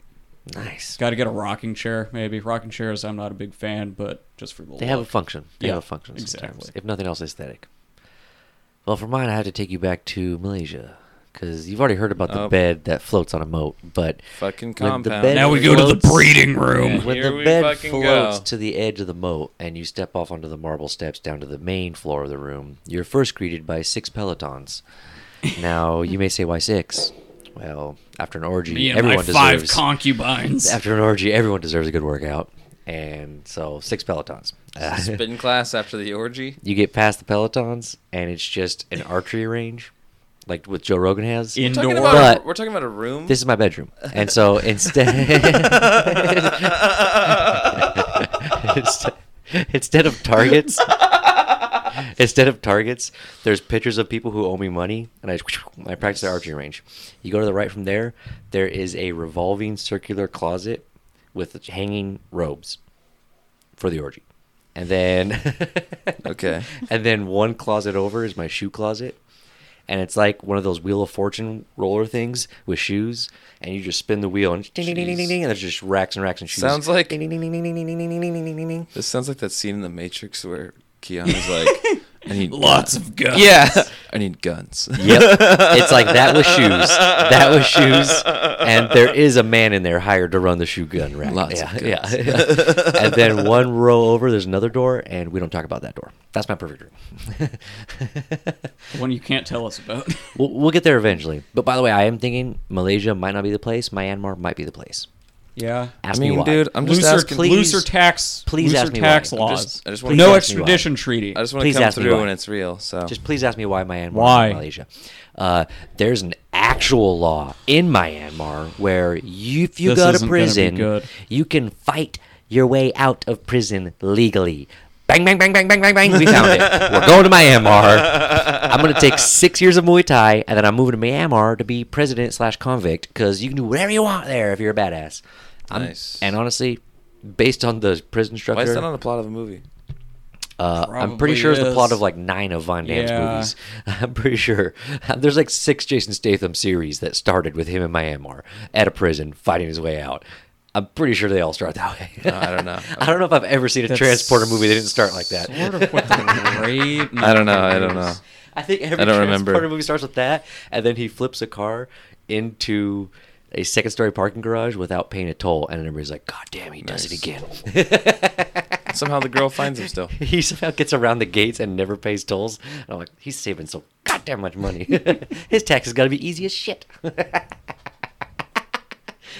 [SPEAKER 1] nice.
[SPEAKER 4] Got to get a rocking chair, maybe. Rocking chairs, I'm not a big fan, but just for the
[SPEAKER 1] They have a
[SPEAKER 4] look.
[SPEAKER 1] function. They
[SPEAKER 4] Yeah,
[SPEAKER 1] have a function sometimes.
[SPEAKER 4] exactly.
[SPEAKER 1] If nothing else, aesthetic. Well, for mine, I have to take you back to Malaysia because you've already heard about the
[SPEAKER 5] Oh.
[SPEAKER 1] bed that floats on a moat. But
[SPEAKER 5] Fucking
[SPEAKER 1] when the
[SPEAKER 5] compound.
[SPEAKER 1] bed
[SPEAKER 5] Now we
[SPEAKER 1] go to the breeding
[SPEAKER 5] room.
[SPEAKER 1] When
[SPEAKER 5] Here
[SPEAKER 1] the
[SPEAKER 5] we
[SPEAKER 1] bed
[SPEAKER 5] fucking
[SPEAKER 1] floats
[SPEAKER 5] go.
[SPEAKER 1] to the edge of the moat and you step off onto the marble steps down to the main floor of the room, you're first greeted by six pelotons. Now, you may say, why six? Well, after an orgy, everyone deserves
[SPEAKER 3] concubines.
[SPEAKER 1] after an orgy, everyone deserves a good workout, and so six pelotons. Uh, <laughs>
[SPEAKER 5] spin class after the orgy.
[SPEAKER 1] you get past the pelotons, and it's just an archery range, like what Joe Rogan has.
[SPEAKER 5] We're talking,
[SPEAKER 4] Indoor.
[SPEAKER 5] about
[SPEAKER 1] But-
[SPEAKER 5] a, we're talking about a room.
[SPEAKER 1] this is my bedroom, and so instead, <laughs> instead- instead of targets, instead of targets, there's pictures of people who owe me money, and I I practice the archery range. You go to the right from there. There is a revolving circular closet with hanging robes for the orgy, and then
[SPEAKER 5] okay.
[SPEAKER 1] <laughs> and then one closet over is my shoe closet. and it's like one of those Wheel of Fortune roller things with shoes, and you just spin the wheel and ding ding ding ding ding, ding and there's just racks and racks and shoes.
[SPEAKER 5] Sounds like-
[SPEAKER 1] ding ding ding ding ding ding ding ding ding ding ding ding.
[SPEAKER 5] This sounds like that scene in The Matrix where Keanu's like,
[SPEAKER 4] <laughs>
[SPEAKER 5] I need
[SPEAKER 1] Lots of guns.
[SPEAKER 5] <laughs> Yeah. I need guns.
[SPEAKER 1] Yep. It's like that with shoes. That with shoes. And there is a man in there hired to run the shoe gun rack.
[SPEAKER 5] Lots
[SPEAKER 1] yeah,
[SPEAKER 5] of
[SPEAKER 1] yeah, yeah.
[SPEAKER 5] <laughs>
[SPEAKER 1] And then one row over, there's another door, and we don't talk about that door. That's my perfect room. <laughs>
[SPEAKER 4] One you can't tell us about.
[SPEAKER 1] we'll, we'll get there eventually. But by the way, I am thinking Malaysia might not be the place. Myanmar might be the place.
[SPEAKER 4] yeah.
[SPEAKER 5] I
[SPEAKER 1] Ask me
[SPEAKER 5] mean,
[SPEAKER 1] why.
[SPEAKER 5] dude, I'm just
[SPEAKER 4] looser,
[SPEAKER 5] asking.
[SPEAKER 1] please-
[SPEAKER 4] looser tax,
[SPEAKER 1] please
[SPEAKER 4] looser
[SPEAKER 1] ask me why.
[SPEAKER 4] tax
[SPEAKER 1] I'm
[SPEAKER 4] laws.
[SPEAKER 5] just- I just wanna
[SPEAKER 4] no
[SPEAKER 1] ask me why.
[SPEAKER 4] extradition treaty.
[SPEAKER 5] <laughs> I just want to
[SPEAKER 1] Please
[SPEAKER 5] come
[SPEAKER 1] ask me
[SPEAKER 5] through
[SPEAKER 1] why.
[SPEAKER 5] when it's real. So
[SPEAKER 1] Just please ask me why Myanmar,
[SPEAKER 4] Why?
[SPEAKER 1] not Malaysia. Uh, there's an actual law in Myanmar where you, if you
[SPEAKER 4] This
[SPEAKER 1] go
[SPEAKER 4] isn't
[SPEAKER 1] to
[SPEAKER 4] gonna be
[SPEAKER 1] prison,
[SPEAKER 4] good.
[SPEAKER 1] you can fight your way out of prison legally. Bang, bang, bang, bang, bang, bang, bang. We found it. We're going to Myanmar. I'm going to take six years of Muay Thai, and then I'm moving to Myanmar to be president slash convict because you can do whatever you want there if you're a badass. I'm,
[SPEAKER 5] Nice.
[SPEAKER 1] And honestly, based on the prison structure,
[SPEAKER 5] why is that on the plot of a movie?
[SPEAKER 1] uh, I'm pretty
[SPEAKER 4] Probably
[SPEAKER 1] sure it's the plot
[SPEAKER 4] is.
[SPEAKER 1] of like nine of Von Damme's
[SPEAKER 4] Yeah.
[SPEAKER 1] movies. <laughs> I'm pretty sure <laughs> there's like six Jason Statham series that started with him in Myanmar at a prison fighting his way out. I'm pretty sure they all start that way.
[SPEAKER 5] I don't know.
[SPEAKER 1] <laughs> I don't know if I've ever seen a transporter movie that didn't start like that.
[SPEAKER 4] Sort of what
[SPEAKER 1] <laughs>
[SPEAKER 4] the raid
[SPEAKER 5] I don't know. I don't know.
[SPEAKER 1] I think every
[SPEAKER 5] I don't
[SPEAKER 1] transporter
[SPEAKER 5] remember.
[SPEAKER 1] movie starts with that, and then he flips a car into a second story parking garage without paying a toll, and everybody's like, "God damn, he does it
[SPEAKER 5] Nice.
[SPEAKER 1] again." <laughs>
[SPEAKER 5] Somehow the girl finds him still.
[SPEAKER 1] he somehow gets around the gates and never pays tolls. And I'm like, he's saving so goddamn much money. <laughs> His taxes got to be easy as shit. <laughs>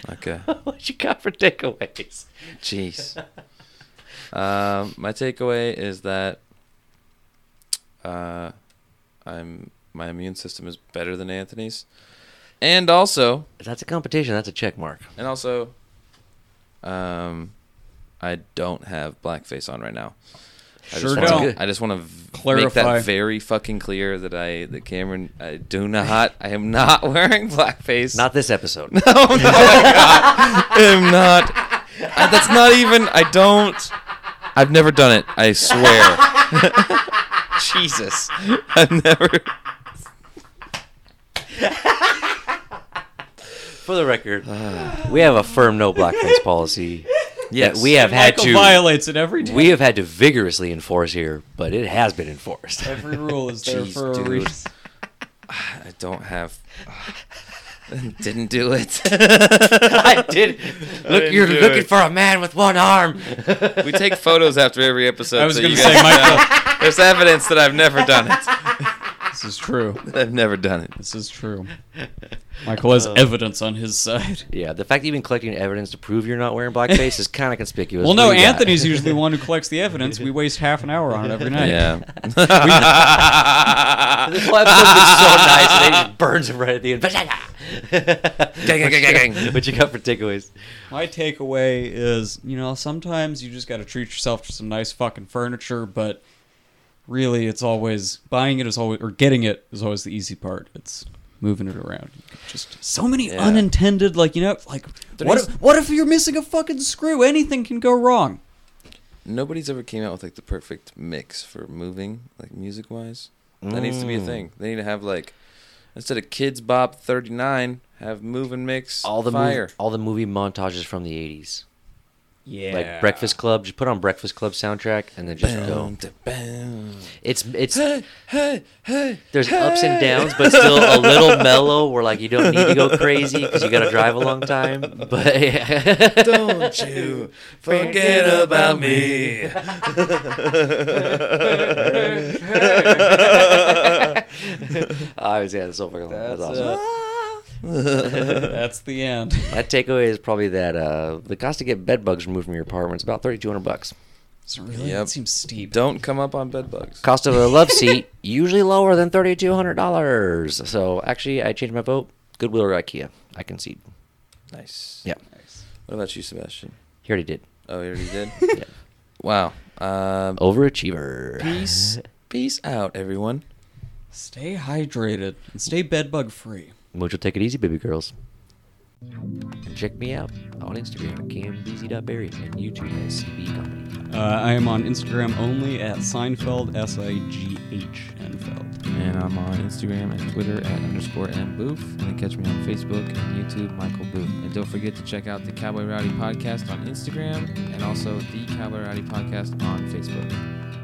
[SPEAKER 5] Okay.
[SPEAKER 1] what you got for takeaways?
[SPEAKER 5] Jeez. Um, my takeaway is that uh, I'm my immune system is better than Anthony's, and also
[SPEAKER 1] That's a competition. That's a check mark.
[SPEAKER 5] and also, um, I don't have blackface on right now. I
[SPEAKER 4] Sure
[SPEAKER 5] just wanna-
[SPEAKER 4] don't.
[SPEAKER 5] I just want to make
[SPEAKER 4] Clarify.
[SPEAKER 5] that very fucking clear that I, that Cameron, I do not, I am not <laughs> wearing blackface.
[SPEAKER 1] Not this
[SPEAKER 5] <laughs>
[SPEAKER 1] episode.
[SPEAKER 5] Oh
[SPEAKER 3] <laughs>
[SPEAKER 5] am not. I, that's not even. I don't. I've never done it. I swear. <laughs> Jesus, I've never.
[SPEAKER 1] <laughs> for the record, we have a firm no blackface policy.
[SPEAKER 5] Yes,
[SPEAKER 1] that we have had
[SPEAKER 4] Michael
[SPEAKER 1] to
[SPEAKER 4] violates it every day.
[SPEAKER 1] we have had to vigorously enforce here, but it has been enforced.
[SPEAKER 4] every
[SPEAKER 1] <laughs>
[SPEAKER 4] rule is there
[SPEAKER 5] Jeez,
[SPEAKER 4] for a
[SPEAKER 5] dude.
[SPEAKER 4] reason.
[SPEAKER 5] I don't have. <laughs> Didn't do it.
[SPEAKER 1] <laughs> I did. Look, you're
[SPEAKER 5] do
[SPEAKER 1] looking
[SPEAKER 5] it.
[SPEAKER 1] for a man with one arm.
[SPEAKER 5] we take photos after every episode.
[SPEAKER 4] I was
[SPEAKER 5] so
[SPEAKER 4] going
[SPEAKER 5] you
[SPEAKER 4] to
[SPEAKER 5] guys
[SPEAKER 4] say,
[SPEAKER 5] know.
[SPEAKER 4] Michael,
[SPEAKER 5] There's evidence that I've never done it.
[SPEAKER 4] this is true.
[SPEAKER 5] <laughs> I've never done it.
[SPEAKER 4] This is true. Michael has evidence on his side.
[SPEAKER 1] <laughs> Uh, Yeah, the fact that you've been collecting evidence to prove you're not wearing blackface is kind of conspicuous.
[SPEAKER 4] Well,
[SPEAKER 1] What
[SPEAKER 4] no,
[SPEAKER 1] do you got?
[SPEAKER 4] Anthony's usually
[SPEAKER 1] <laughs>
[SPEAKER 4] the one who collects the evidence. We waste half an hour on it every night.
[SPEAKER 5] Yeah.
[SPEAKER 1] This whole episode was so nice, and then he just burns him right at the end. <laughs> gang,
[SPEAKER 5] gang, gang, gang.
[SPEAKER 1] What you got for takeaways?
[SPEAKER 4] My takeaway is, you know, sometimes you just got to treat yourself to some nice fucking furniture, but really, it's always buying it is always or getting it is always the easy part. It's moving it around. Just so many
[SPEAKER 5] Yeah.
[SPEAKER 4] unintended, like you know, like what
[SPEAKER 5] is-
[SPEAKER 4] if what if you're missing a fucking screw? Anything can go wrong.
[SPEAKER 5] Nobody's ever came out with like the perfect mix for moving, like music wise. That needs to
[SPEAKER 1] Mm.
[SPEAKER 5] be a thing. They need to have like instead of Kids Bop 39, have move and mix
[SPEAKER 1] All the
[SPEAKER 5] fire.
[SPEAKER 1] Movie, all the movie montages from the '80s,
[SPEAKER 4] Yeah,
[SPEAKER 1] like Breakfast Club. Just put on Breakfast Club soundtrack, and then just go.
[SPEAKER 5] Boom, da, boom.
[SPEAKER 1] It's it's
[SPEAKER 5] Hey, hey, hey.
[SPEAKER 1] there's ups and downs, but still a little
[SPEAKER 5] <laughs>
[SPEAKER 1] mellow. Where like you don't need to go crazy because you got to drive a long time. But <laughs>
[SPEAKER 5] <laughs> Don't you forget about me.
[SPEAKER 1] I was yeah, that's so fucking long. That's,
[SPEAKER 4] That's
[SPEAKER 5] Uh,
[SPEAKER 1] awesome.
[SPEAKER 4] <laughs> that's the
[SPEAKER 5] <laughs>
[SPEAKER 4] end.
[SPEAKER 1] That takeaway is probably that uh, the cost to get bed bugs removed from your apartment is about thirty two hundred bucks.
[SPEAKER 4] It's really
[SPEAKER 5] Yep.
[SPEAKER 4] that seems steep.
[SPEAKER 5] Don't come up on bed bugs.
[SPEAKER 1] Cost of a love seat usually lower than thirty two hundred dollars. So actually, I changed my vote. Goodwill or IKEA? I concede.
[SPEAKER 5] Nice.
[SPEAKER 1] Yeah,
[SPEAKER 5] What about you, Sebastian?
[SPEAKER 1] he already did.
[SPEAKER 5] Oh, you already did?
[SPEAKER 1] Yeah.
[SPEAKER 5] <laughs> Wow. Um,
[SPEAKER 1] Overachiever. <laughs>
[SPEAKER 5] peace. Peace out, everyone.
[SPEAKER 4] Stay hydrated and stay bedbug free.
[SPEAKER 1] Mojo, take it easy, baby girls. And check me out on Instagram at cambz.berry and YouTube at CB Company.
[SPEAKER 4] Uh, I am on Instagram only at Seinfeld, S I G H N Feld.
[SPEAKER 5] and I'm on Instagram and Twitter at underscore mboof. And then catch me on Facebook and YouTube, Michael Booth. And don't forget to check out the Cowboy Rowdy Podcast on Instagram and also the Cowboy Rowdy Podcast on Facebook.